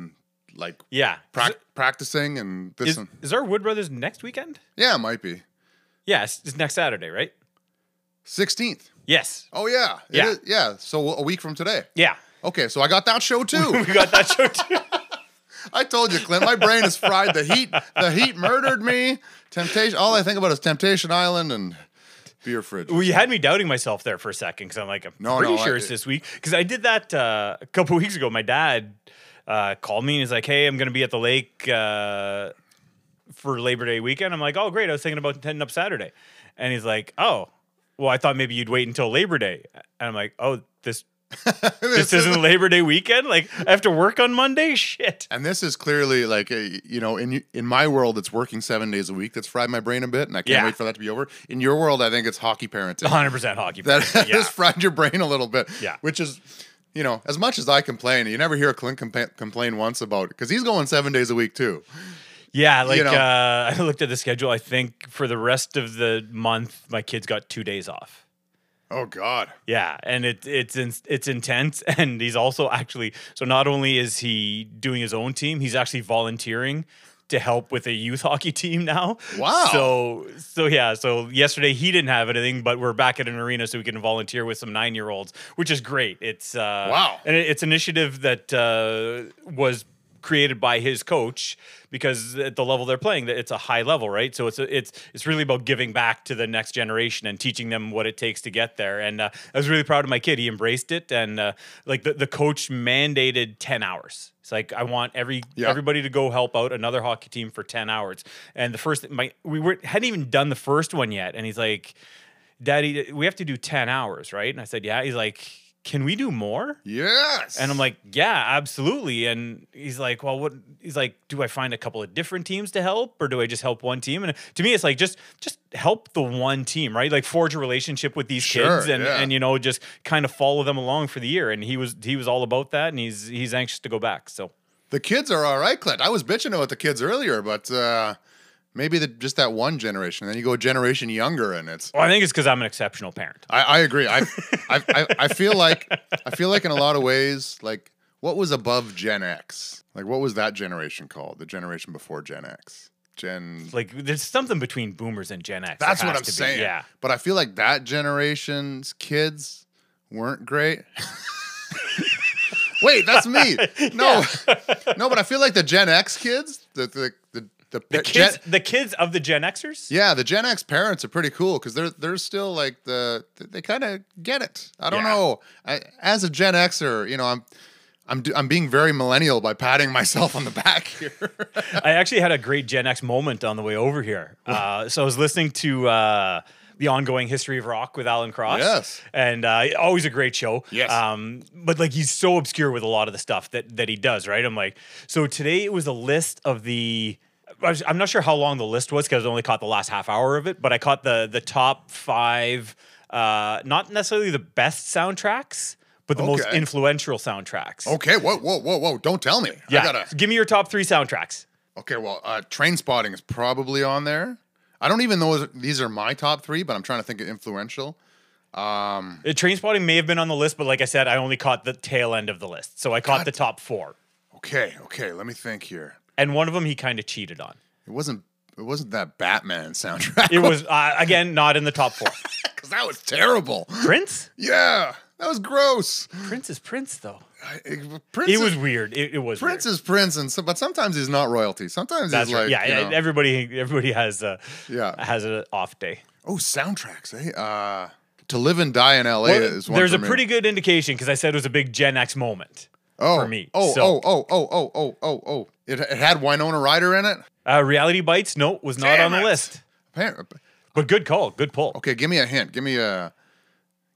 Speaker 1: like
Speaker 2: Yeah.
Speaker 1: prac practicing and this
Speaker 2: Is,
Speaker 1: and
Speaker 2: is our Wood Brothers next weekend?
Speaker 1: yeah, it might be
Speaker 2: Yes, it's next Saturday, right?
Speaker 1: 16th.
Speaker 2: Yes.
Speaker 1: Oh yeah. It
Speaker 2: Yeah.
Speaker 1: is- yeah, so a week from today.
Speaker 2: Yeah. [laughs]
Speaker 1: Okay, so I got that show too.
Speaker 2: We got that show too.
Speaker 1: I told you, Clint, my brain is fried. The heat, the heat murdered me. Temptation. All I think about is Temptation Island and beer fridge. [laughs]
Speaker 2: Well, you had me doubting myself there for a second because I'm like, I'm
Speaker 1: No,
Speaker 2: pretty
Speaker 1: no,
Speaker 2: sure
Speaker 1: I-
Speaker 2: it's this week. Because I did that uh, a couple weeks ago. My dad uh, called me and he's like, hey, I'm going to be at the lake uh, for Labor Day weekend. I'm like, oh, great. I was thinking about heading up Saturday. And he's like, oh, well, I thought maybe you'd wait until Labor Day. And I'm like, oh, this. this [laughs] isn't Labor Day weekend. Like I have to work on Monday. Shit.
Speaker 1: [laughs] And this is clearly like a, you know in in my world it's working seven days a week. That's fried my brain a bit, and I can't
Speaker 2: Yeah.
Speaker 1: wait for that to be over. In your world, I think it's hockey parenting.
Speaker 2: 100 percent hockey.
Speaker 1: that [laughs]
Speaker 2: player. yeah.
Speaker 1: has fried your brain a little bit.
Speaker 2: Yeah.
Speaker 1: Which is, you know, as much as I complain, you never hear Clint compa- complain once about because he's going seven days a week too.
Speaker 2: Yeah, like
Speaker 1: know.
Speaker 2: uh, I looked at the schedule. I think for the rest of the month, my kids got two days off.
Speaker 1: Oh God.
Speaker 2: Yeah, and it, it's in, it's intense, [laughs] and he's also actually so. Not only is he doing his own team, he's actually volunteering to help with a youth [laughs] hockey team now.
Speaker 1: Wow.
Speaker 2: So so yeah. So yesterday he didn't have anything, but we're back at an arena so we can volunteer with some nine year olds, which is great. It's uh,
Speaker 1: Wow.
Speaker 2: and it, it's an initiative that uh, was created by his coach because at the level they're playing that it's a high level right so it's a, it's it's really about giving back to the next generation and teaching them what it takes to get there and uh, I was really proud of my kid he embraced it and uh, like the, the coach mandated 10 hours it's like I want every
Speaker 1: Yeah.
Speaker 2: everybody to go help out another hockey team for 10 hours and the first my we were hadn't even done the first one yet and he's like daddy we have to do 10 hours right and I said yeah he's like can we do more
Speaker 1: Yes.
Speaker 2: and I'm like, yeah, absolutely. And he's like, well, what? He's like, do I find a couple of different teams to help, or do I just help one team? And to me, it's like just just help the one team, right? Like forge a relationship with these
Speaker 1: Sure,
Speaker 2: kids, and
Speaker 1: yeah.
Speaker 2: and you know just kind of follow them along for the year. And he was he was all about that, and he's he's anxious to go back. So
Speaker 1: The kids are all right, Clint. I was bitching about the kids earlier, but uh, maybe the, just that one generation. Then you go a generation younger, and it's.
Speaker 2: well, I think it's because I'm an exceptional parent.
Speaker 1: I, I agree. I, I, I, I feel like I feel like in a lot of ways, like what was above Gen X? Like what was that generation called? The generation before Gen X? Gen.
Speaker 2: Like there's something between Boomers and Gen X. There
Speaker 1: That's what
Speaker 2: has
Speaker 1: I'm
Speaker 2: to be.
Speaker 1: saying.
Speaker 2: Yeah.
Speaker 1: But I feel like that generation's kids weren't great. Wait, that's [laughs] me. No, no, but I feel like the Gen X kids, the the the the,
Speaker 2: The
Speaker 1: Gen-
Speaker 2: kids, the kids of the Gen Xers.
Speaker 1: Yeah, the Gen X parents are pretty cool because they're they're still like the they kind of get it. I don't
Speaker 2: Yeah.
Speaker 1: know. I, as a Gen Xer, you know, I'm I'm do, I'm being very millennial by patting myself on the back [laughs] here.
Speaker 2: I actually had a great Gen X moment on the way over here. Uh, so I was listening to uh, the ongoing history of rock with Alan Cross.
Speaker 1: Yes.
Speaker 2: and uh, always a great show.
Speaker 1: Yes.
Speaker 2: um, but like he's so obscure with a lot of the stuff that that he does. Right, I'm like, so today it was a list of the. I was- I'm not sure how long the list was because I only caught the last half hour of it, but I caught the the top five, uh, not necessarily the best soundtracks, but the most
Speaker 1: Okay.
Speaker 2: influential soundtracks.
Speaker 1: Okay, whoa, whoa, whoa, whoa! Don't tell me.
Speaker 2: Yeah.
Speaker 1: I gotta.
Speaker 2: Give me your top three soundtracks.
Speaker 1: Okay, well, uh, Train Spotting is probably on there. I don't even know if these are my top three, but I'm trying to think of influential.
Speaker 2: Uh, Train Spotting may have been on the list, but like I said, I only caught the tail end of the list. So I caught the top four.
Speaker 1: Okay, okay, let me think here.
Speaker 2: And one of them he kind of cheated on.
Speaker 1: It wasn't. It wasn't that Batman soundtrack.
Speaker 2: It was, uh, again, not in the top four.
Speaker 1: because that was terrible.
Speaker 2: [laughs] Prince?
Speaker 1: Yeah, that was gross.
Speaker 2: Prince is Prince, though.
Speaker 1: I- I- Prince
Speaker 2: It
Speaker 1: is-
Speaker 2: was weird. It, it was
Speaker 1: Prince
Speaker 2: weird.
Speaker 1: is Prince, and so, but sometimes he's not royalty. Sometimes
Speaker 2: That's
Speaker 1: he's
Speaker 2: right.
Speaker 1: like,
Speaker 2: yeah,
Speaker 1: you
Speaker 2: yeah,
Speaker 1: know-
Speaker 2: everybody everybody has a,
Speaker 1: Yeah.
Speaker 2: has an off day.
Speaker 1: oh, soundtracks. Eh? Uh, to live and die in L.A.
Speaker 2: Well,
Speaker 1: is one.
Speaker 2: there's
Speaker 1: for
Speaker 2: a
Speaker 1: me.
Speaker 2: pretty good indication because I said it was a big Gen X moment.
Speaker 1: oh,
Speaker 2: for me,
Speaker 1: Oh,
Speaker 2: so-
Speaker 1: oh, oh, oh, oh, oh, oh, oh. It, it had Winona Ryder in it.
Speaker 2: Uh, Reality Bites, no, was not
Speaker 1: Damn
Speaker 2: on the
Speaker 1: it.
Speaker 2: list.
Speaker 1: Appar-
Speaker 2: But good call, good pull.
Speaker 1: Okay, give me a hint. Give me a.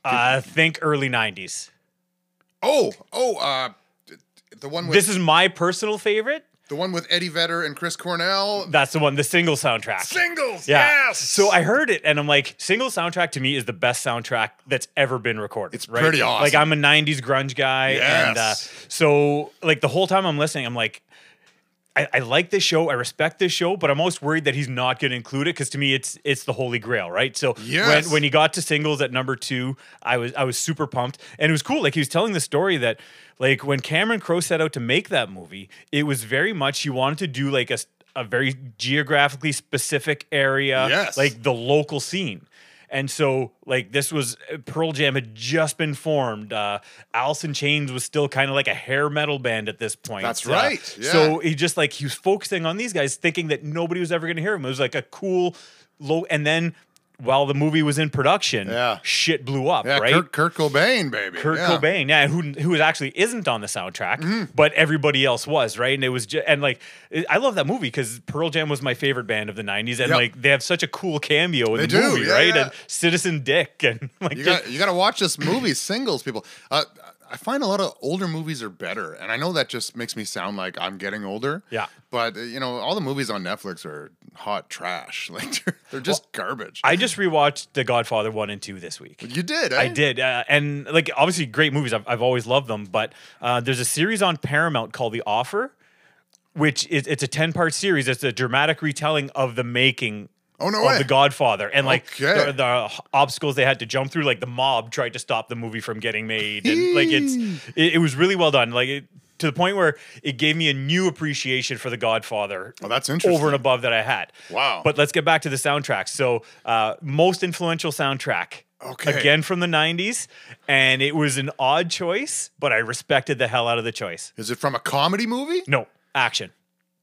Speaker 2: I think early 90s.
Speaker 1: Oh, oh, uh, th- the one with
Speaker 2: This is my personal favorite.
Speaker 1: the one with Eddie Vedder and Chris Cornell.
Speaker 2: That's the one, the single soundtrack.
Speaker 1: Singles.
Speaker 2: Yeah.
Speaker 1: Yes.
Speaker 2: So I heard it and I'm like, single soundtrack to me is the best soundtrack that's ever been recorded.
Speaker 1: It's
Speaker 2: right?
Speaker 1: pretty awesome.
Speaker 2: Like I'm a 90s grunge guy. And uh,
Speaker 1: Yes.
Speaker 2: so like the whole time I'm listening, I'm like, I, I like this show, I respect this show, but I'm almost worried that he's not gonna include it because to me it's it's the holy grail, right? So
Speaker 1: Yes.
Speaker 2: when when he got to singles at number two, I was I was super pumped. And it was cool. Like he was telling the story that like when Cameron Crowe set out to make that movie, it was very much he wanted to do like a s- a very geographically specific area,
Speaker 1: Yes.
Speaker 2: like the local scene. And so, like, this was uh, Pearl Jam had just been formed. Uh, Alice in Chains was still kind of like a hair metal band at this point.
Speaker 1: That's
Speaker 2: Uh,
Speaker 1: right,
Speaker 2: So he just like he was focusing on these guys, thinking that nobody was ever going to hear him. It was like a cool low. And then while the movie was in production,
Speaker 1: Yeah.
Speaker 2: shit blew up.
Speaker 1: yeah,
Speaker 2: right?
Speaker 1: Kurt, Kurt Cobain, baby.
Speaker 2: Kurt
Speaker 1: yeah. Mm-hmm.
Speaker 2: Cobain, yeah, who who actually isn't on the soundtrack, but everybody else was, right? And it was, ju- and like, I- I love that movie because Pearl Jam was my favorite band of the '90s, and
Speaker 1: Yep.
Speaker 2: like they have such a cool cameo
Speaker 1: They
Speaker 2: in the
Speaker 1: do,
Speaker 2: movie,
Speaker 1: yeah,
Speaker 2: right?
Speaker 1: yeah.
Speaker 2: And Citizen Dick, [laughs] and like,
Speaker 1: You
Speaker 2: just-
Speaker 1: got you got to watch this movie, Singles, people. Uh, I find a lot of older movies are better, and I know that just makes me sound like I'm getting older.
Speaker 2: Yeah.
Speaker 1: But uh, you know, all the movies on Netflix are hot trash. [laughs] Like they're, they're just garbage.
Speaker 2: I just rewatched The Godfather one and two this week.
Speaker 1: you did. Eh?
Speaker 2: I did, uh, and like obviously great movies. I've, I've always loved them, but uh, there's a series on Paramount called The Offer, which is it's a ten part series. It's a dramatic retelling of the making.
Speaker 1: Oh, no
Speaker 2: of
Speaker 1: way.
Speaker 2: The Godfather and like
Speaker 1: Okay.
Speaker 2: the, the obstacles they had to jump through. Like the mob tried to stop the movie from getting made, and like it's it, it was really well done. Like it, to the point where it gave me a new appreciation for The Godfather.
Speaker 1: Oh, that's
Speaker 2: Over
Speaker 1: interesting.
Speaker 2: and above that I had.
Speaker 1: Wow.
Speaker 2: But let's get back to the soundtrack. So, uh, most influential soundtrack.
Speaker 1: Okay.
Speaker 2: Again from the 90s. And it was an odd choice, but I respected the hell out of the choice.
Speaker 1: Is it from a comedy movie?
Speaker 2: No, action.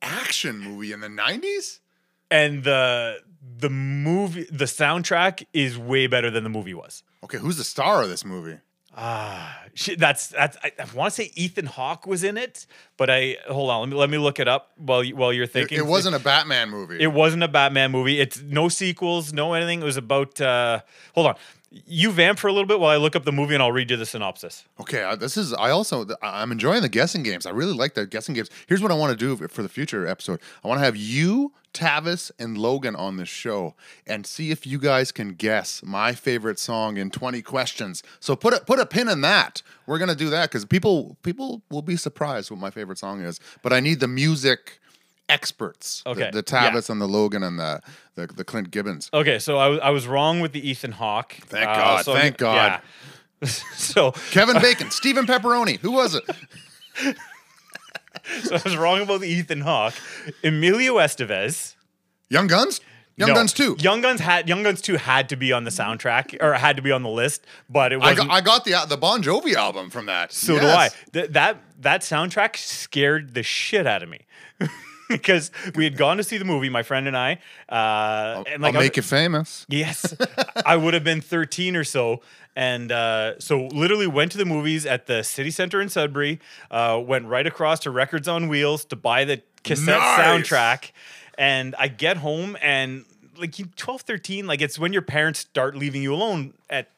Speaker 1: Action movie in the '90s?
Speaker 2: And the the movie the soundtrack is way better than the movie was.
Speaker 1: Okay, who's the star of this movie?
Speaker 2: Ah, shit, that's that's I, I want to say Ethan Hawke was in it, but I hold on, let me let me look it up while you, while you're
Speaker 1: It,
Speaker 2: thinking.
Speaker 1: it wasn't a Batman movie.
Speaker 2: It wasn't a Batman movie. It's no sequels, no anything. It was about. Uh, hold on, you vamp for a little bit while I look up the movie, and I'll read you the synopsis.
Speaker 1: Okay, uh, this is. I also th- I- I'm enjoying the guessing games. I really like the guessing games. Here's what I want to do f- for the future episode. I want to have you, Tavis, and Logan on this show and see if you guys can guess my favorite song in 20 questions. So put a put a pin in that. We're gonna do that because people people will be surprised what my favorite song is. But I need the music experts. the-
Speaker 2: Okay,
Speaker 1: the,
Speaker 2: yeah.
Speaker 1: Tavis and the Logan and the the, the Clint Gibbons.
Speaker 2: Okay, so I, w- I was wrong with the Ethan Hawke.
Speaker 1: Thank God,
Speaker 2: I'm
Speaker 1: thank
Speaker 2: gonna-
Speaker 1: God.
Speaker 2: yeah. [laughs] so,
Speaker 1: Kevin Bacon, Stephen Pepperoni. Who was it?
Speaker 2: so I was wrong about the Ethan Hawke. Emilio Estevez.
Speaker 1: Young Guns. Young
Speaker 2: No.
Speaker 1: Guns too.
Speaker 2: Young Guns had Young Guns two had to be on the soundtrack or had to be on the list, but it
Speaker 1: I
Speaker 2: wasn't.
Speaker 1: got, I got the uh, the Bon Jovi album from that.
Speaker 2: So do I. Th- that that soundtrack scared the shit out of me. [laughs] because we had gone to see the movie, my friend and I, uh, and like
Speaker 1: I'll
Speaker 2: I'm-
Speaker 1: make you famous.
Speaker 2: [laughs] Yes, I would have been 13 or so, and uh, so literally went to the movies at the city center in Sudbury. Uh, went right across to Records on Wheels to buy the cassette
Speaker 1: Nice.
Speaker 2: soundtrack, and I get home and like you 12, 13, like it's when your parents start leaving you alone at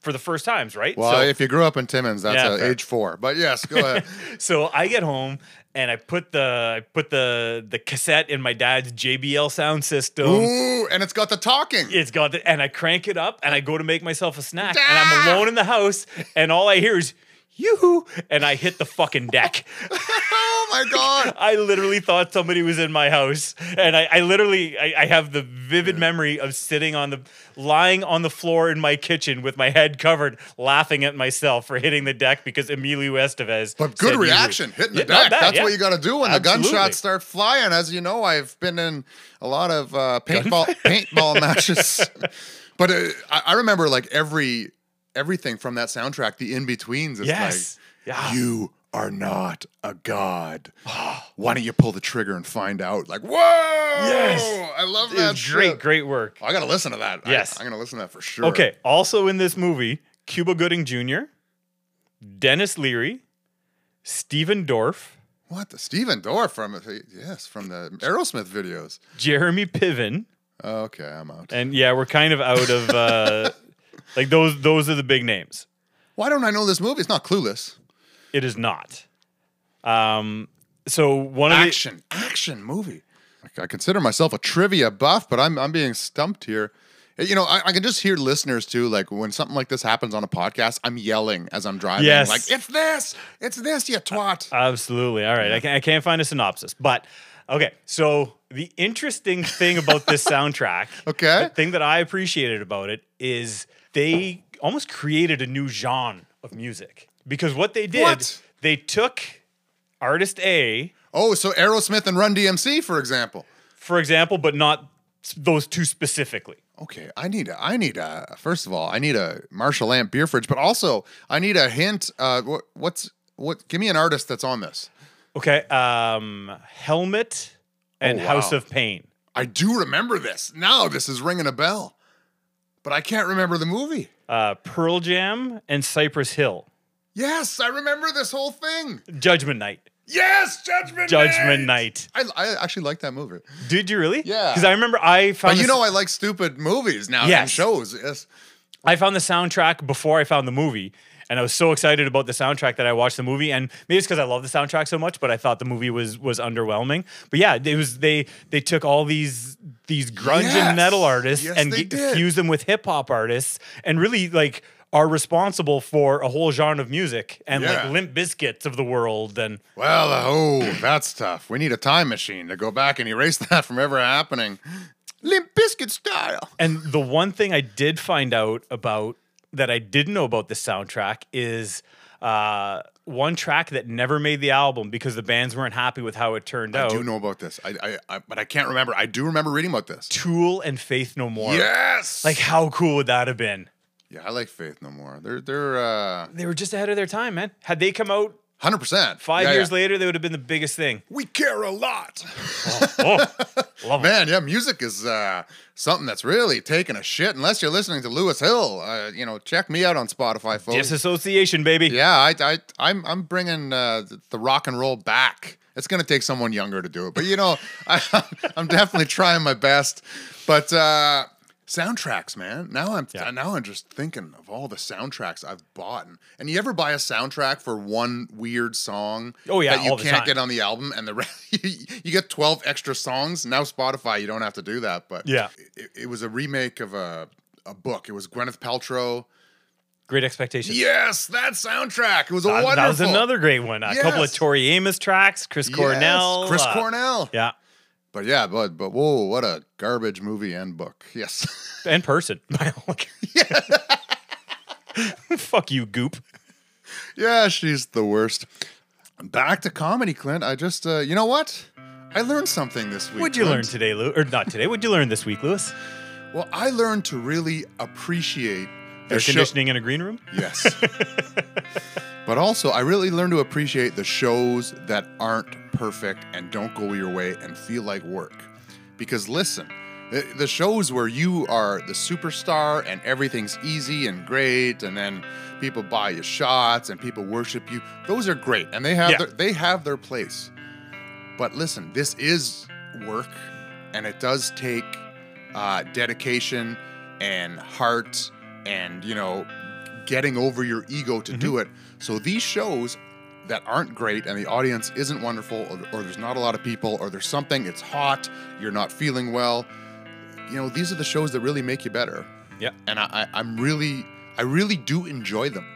Speaker 2: for the first times, right?
Speaker 1: Well,
Speaker 2: so,
Speaker 1: if you grew up in Timmins, that's
Speaker 2: Yeah,
Speaker 1: uh,
Speaker 2: fair.
Speaker 1: age four. But yes, go
Speaker 2: [laughs]
Speaker 1: ahead.
Speaker 2: so I get home and I put the I put the the cassette in my dad's JBL sound system.
Speaker 1: Ooh, and it's got the talking.
Speaker 2: It's got the, and I crank it up and I go to make myself a snack and I'm alone in the house and all I hear is yoo-hoo and I hit the fucking
Speaker 1: [laughs]
Speaker 2: deck.
Speaker 1: [laughs] oh my god.
Speaker 2: I literally thought somebody was in my house. And I, I literally I, I have the vivid memory of sitting on the lying on the floor in my kitchen with my head covered, laughing at myself for hitting the deck because Emilio Estevez.
Speaker 1: But
Speaker 2: said
Speaker 1: good
Speaker 2: yoo-hoo.
Speaker 1: reaction, hitting the
Speaker 2: Yeah, not
Speaker 1: deck.
Speaker 2: bad,
Speaker 1: That's
Speaker 2: yeah.
Speaker 1: what you got to do when the
Speaker 2: Absolutely.
Speaker 1: gunshots start flying. As you know, I've been in a lot of uh,
Speaker 2: [laughs]
Speaker 1: paintball paintball matches, but uh, I, I remember like every everything from that soundtrack. The in betweens is
Speaker 2: Yes. yeah.
Speaker 1: like you are not a god. [gasps] Why don't you pull the trigger and find out? Like whoa!
Speaker 2: Yes.
Speaker 1: I love
Speaker 2: It
Speaker 1: that.
Speaker 2: was great,
Speaker 1: shit. Oh,
Speaker 2: great work.
Speaker 1: I gotta listen to that. I-
Speaker 2: Yes.
Speaker 1: I'm gonna listen to that for sure.
Speaker 2: Okay. Also in this movie, Cuba Gooding Jr., Dennis Leary, Stephen Dorff,
Speaker 1: What the Steven Dorff from yes from the Aerosmith videos?
Speaker 2: Jeremy Piven,
Speaker 1: Okay, I'm out.
Speaker 2: and yeah, we're kind of out of
Speaker 1: [laughs]
Speaker 2: uh, like those. Those are the big names.
Speaker 1: Why don't I know this movie? It's not Clueless.
Speaker 2: It is not. Um. So one of the
Speaker 1: Action, action movie. I I consider myself a trivia buff, but I'm I'm being stumped here. Eh, You know, I, I can just hear listeners too. Like when something like this happens on a podcast, I'm yelling as I'm driving.
Speaker 2: Yes.
Speaker 1: like it's this, it's this, you twat.
Speaker 2: absolutely all right. I, can, I can't find a synopsis, but okay. So the interesting thing
Speaker 1: [laughs]
Speaker 2: about this soundtrack,
Speaker 1: Okay.
Speaker 2: the thing that I appreciated about it is they almost created a new genre of music because what they did,
Speaker 1: What?
Speaker 2: they took artist A,
Speaker 1: oh, so Aerosmith and Run DMC, for example.
Speaker 2: for example, but not s- those two specifically.
Speaker 1: Okay, I need a, I need a, first of all, I need a Marshall Amp beer fridge, but also I need a hint. Uh, what, what's, what, give me an artist that's on this.
Speaker 2: Okay, um, Helmet and
Speaker 1: Oh,
Speaker 2: House
Speaker 1: wow.
Speaker 2: of Pain.
Speaker 1: I do remember this. Now this is ringing a bell, but I can't remember the movie.
Speaker 2: uh, Pearl Jam and Cypress Hill.
Speaker 1: Yes, I remember this whole thing.
Speaker 2: Judgment Night.
Speaker 1: Yes, Judgment
Speaker 2: Judgment Night. Oh,
Speaker 1: I, I actually like that movie.
Speaker 2: Did you really?
Speaker 1: Yeah.
Speaker 2: Because I remember I
Speaker 1: But
Speaker 2: found
Speaker 1: you
Speaker 2: the-
Speaker 1: know, I like stupid movies now and
Speaker 2: Yes.
Speaker 1: shows. Yes.
Speaker 2: I found the soundtrack before I found the movie. And I was so excited about the soundtrack that I watched the movie, and maybe it's because I love the soundtrack so much, but I thought the movie was was underwhelming. But yeah, it was they they took all these these grunge
Speaker 1: Yes.
Speaker 2: and metal artists
Speaker 1: Yes,
Speaker 2: and
Speaker 1: they
Speaker 2: ge-
Speaker 1: did.
Speaker 2: fused them with hip hop artists, and really like are responsible for a whole genre of music and
Speaker 1: Yeah.
Speaker 2: like Limp Bizkits of the world and
Speaker 1: Well, oh, that's tough. We need a time machine to go back and erase [laughs] that from ever happening. Limp Biscuit style.
Speaker 2: And the one thing I did find out about that I didn't know about the soundtrack is uh, one track that never made the album because the bands weren't happy with how it turned
Speaker 1: I
Speaker 2: out.
Speaker 1: do know about this. I, I, I, but I can't remember. I do remember reading about this.
Speaker 2: Tool and Faith No More.
Speaker 1: Yes.
Speaker 2: Like, how cool would that have been?
Speaker 1: yeah, I like Faith No More. They're they're uh,
Speaker 2: They were just ahead of their time, man. Had they come out
Speaker 1: hundred percent.
Speaker 2: five years later, they would have been the biggest
Speaker 1: [laughs]
Speaker 2: thing.
Speaker 1: we care a lot.
Speaker 2: Oh, love it.
Speaker 1: Man, yeah, music is uh, something that's really taking a shit. Unless you're listening to Lewis Hill, uh, you know, check me out on Spotify, folks.
Speaker 2: Disassociation, baby.
Speaker 1: yeah, I, I, I'm, I'm bringing uh, th- the rock and roll back. It's gonna take someone younger to do it, but you know, [laughs] I, I'm definitely trying my best. But uh, soundtracks, man. Now I'm,
Speaker 2: Yeah.
Speaker 1: now I'm just thinking of all the soundtracks I've bought. And, and you ever buy a soundtrack for one weird song?
Speaker 2: Oh, yeah,
Speaker 1: that you
Speaker 2: all the
Speaker 1: can't
Speaker 2: time.
Speaker 1: get on the album, and the re- [laughs] you, you get 12 extra songs. Now Spotify, you don't have to do that. But
Speaker 2: Yeah.
Speaker 1: it, it was a remake of a a book. It was Gwyneth Paltrow.
Speaker 2: Great expectations.
Speaker 1: Yes, that soundtrack. It was a
Speaker 2: That,
Speaker 1: wonderful.
Speaker 2: that was another great one. A couple of
Speaker 1: Yes.
Speaker 2: Tori Amos tracks, Chris
Speaker 1: Yes,
Speaker 2: Cornell.
Speaker 1: Chris
Speaker 2: uh,
Speaker 1: Cornell.
Speaker 2: Yeah.
Speaker 1: But yeah, but but whoa, what a garbage movie and book. Yes. [laughs]
Speaker 2: and person. [laughs] By all accounts. [laughs] Fuck you, Goop.
Speaker 1: yeah, she's the worst. Back to comedy, Clint. I just uh you know what? I learned something this week.
Speaker 2: What'd you learn
Speaker 1: Clint.
Speaker 2: today, Lou? Or not today? What'd you learn this week, Lewis?
Speaker 1: Well, I learned to really appreciate the
Speaker 2: Air
Speaker 1: show-
Speaker 2: conditioning in a green room.
Speaker 1: Yes. but also, I really learned to appreciate the shows that aren't perfect and don't go your way and feel like work. Because listen, the, the shows where you are the superstar and everything's easy and great, and then people buy you shots and people worship you, those are great and they have
Speaker 2: Yeah.
Speaker 1: their, they have their place. But listen, this is work and it does take uh, dedication and heart and, you know, getting over your ego to do it. So these shows that aren't great and the audience isn't wonderful or, or there's not a lot of people or there's something, it's hot, you're not feeling well, you know, these are the shows that really make you better.
Speaker 2: Yeah.
Speaker 1: And I, I, I'm really, I really do enjoy them.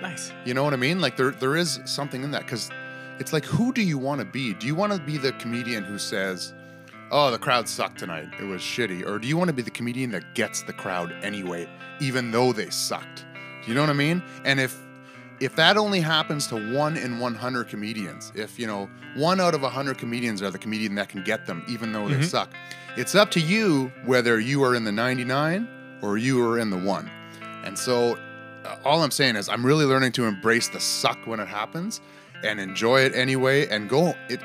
Speaker 2: Nice.
Speaker 1: You know what I mean? Like there there is something in that because it's like who do you want to be? Do you want to be the comedian who says, "Oh, the crowd sucked tonight. It was shitty," or do you want to be the comedian that gets the crowd anyway, even though they sucked? Do you know what I mean? And if if that only happens to one in 100 comedians, if you know one out of 100 comedians are the comedian that can get them, even though they suck, it's up to you whether you are in the 99 or you are in the one. And so uh, all I'm saying is I'm really learning to embrace the suck when it happens and enjoy it anyway and go it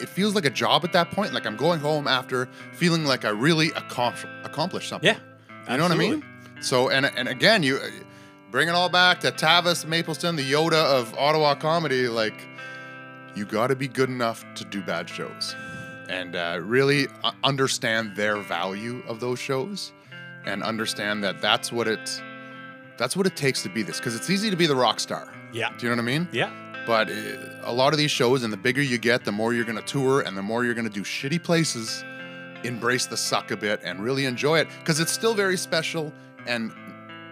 Speaker 1: it feels like a job at that point like I'm going home after feeling like I really accompl- accomplished something.
Speaker 2: Yeah.
Speaker 1: You know
Speaker 2: absolutely.
Speaker 1: what I mean? So and and again you uh, bring it all back to Tavis Mapleton the Yoda of Ottawa comedy like you got to be good enough to do bad shows and uh, really u- understand their value of those shows and understand that that's what it's that's what it takes to be this because it's easy to be the rock star
Speaker 2: Yeah.
Speaker 1: do you know what i mean
Speaker 2: Yeah.
Speaker 1: but uh, a lot of these shows and the bigger you get the more you're going to tour and the more you're going to do shitty places embrace the suck a bit and really enjoy it because it's still very special and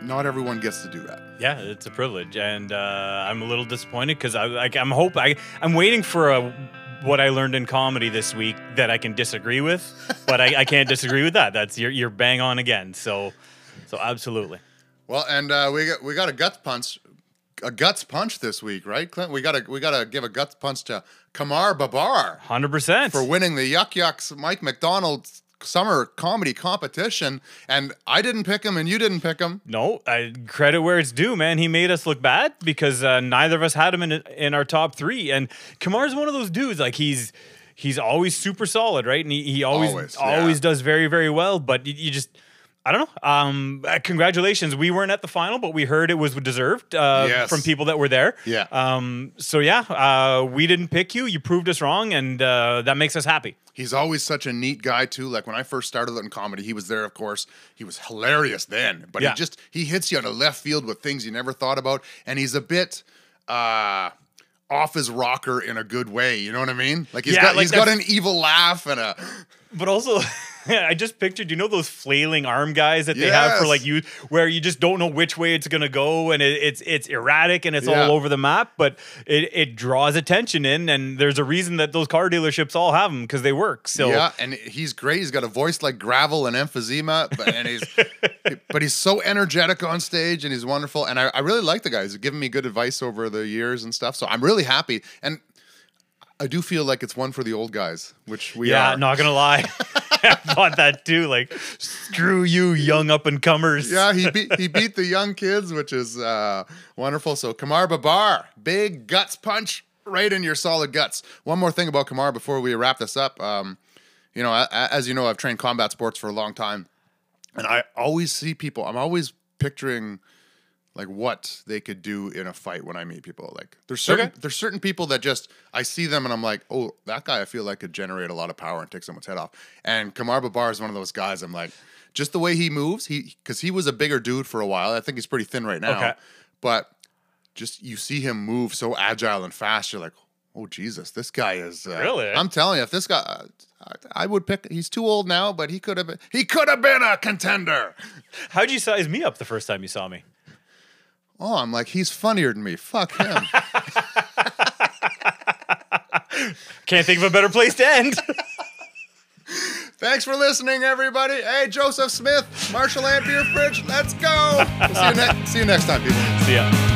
Speaker 1: not everyone gets to do that
Speaker 2: Yeah. It's a privilege, and uh, I'm a little disappointed because I like I'm hope I I'm waiting for a what I learned in comedy this week that I can disagree with, but I, I can't disagree with that. That's you're you're bang on again. So, so absolutely.
Speaker 1: well and uh, we got we got a guts punch a guts punch this week right clint we gotta we gotta give a guts punch to kamar babar
Speaker 2: Hundred percent.
Speaker 1: for winning the Yuck Yucks Mike McDonald's summer comedy competition. And I didn't pick him and you didn't pick him.
Speaker 2: No, I, credit where it's due, man. He made us look bad because uh, neither of us had him in in our top three. And Kamar's one of those dudes. Like he's he's always super solid, right? And he, he always
Speaker 1: Always,
Speaker 2: always,
Speaker 1: yeah.
Speaker 2: does very very well. But you, you just I don't know. Um, uh, congratulations. We weren't at the final, but we heard it was deserved uh,
Speaker 1: Yes.
Speaker 2: from people that were there.
Speaker 1: Yeah.
Speaker 2: Um. So yeah, uh, we didn't pick you. You proved us wrong, and uh, that makes us happy.
Speaker 1: He's always such a neat guy too. Like when I first started out in comedy, he was there, of course. He was hilarious then, but
Speaker 2: Yeah.
Speaker 1: he just he hits you out of left field with things you never thought about, and he's a bit uh off his rocker in a good way. You know what I mean? Like he's
Speaker 2: Yeah,
Speaker 1: got
Speaker 2: like
Speaker 1: he's got an evil laugh and a
Speaker 2: But also, [laughs] I just pictured, you know, those flailing arm guys that they have for
Speaker 1: Yes.
Speaker 2: like you, where you just don't know which way it's gonna go, and it, it's it's erratic and it's
Speaker 1: Yeah.
Speaker 2: all over the map. But it it draws attention in, and there's a reason that those car dealerships all have them because they work. So
Speaker 1: Yeah, and he's great. He's got a voice like gravel and emphysema, but and he's but he's so energetic on stage and he's wonderful. And I, I really like the guy. He's given me good advice over the years and stuff. So I'm really happy. And I do feel like it's one for the old guys, which we
Speaker 2: yeah,
Speaker 1: are.
Speaker 2: not gonna lie, [laughs] I thought that too. Like, screw you, young up and comers.
Speaker 1: yeah, he beat he beat the young kids, which is uh, wonderful. So Kamar Babar, big guts punch right in your solid guts. One more thing about Kamar before we wrap this up. Um, you know, a- a- as you know, I've trained combat sports for a long time, and I always see people. I'm always picturing like what they could do in a fight when I meet people. Like there's certain
Speaker 2: Okay.
Speaker 1: there's certain people that just I see them and I'm like, oh, that guy I feel like could generate a lot of power and take someone's head off. And Kamar Babar is one of those guys. I'm like, just the way he moves, he because he was a bigger dude for a while. I think he's pretty thin right now,
Speaker 2: Okay.
Speaker 1: but just you see him move so agile and fast. You're like, oh Jesus, this guy is uh,
Speaker 2: Really?
Speaker 1: I'm telling you, if this guy. I I would pick. He's too old now, but he could have. been He could have been a contender.
Speaker 2: How'd you size me up the first time you saw me?
Speaker 1: Oh, I'm like he's funnier than me. Fuck him.
Speaker 2: Can't think of a better place to end. [laughs]
Speaker 1: Thanks for listening, everybody. Hey, Joseph Smith, Marshall Amp Beer Fridge, let's go. We'll see, you ne- see you next time, people.
Speaker 2: See ya.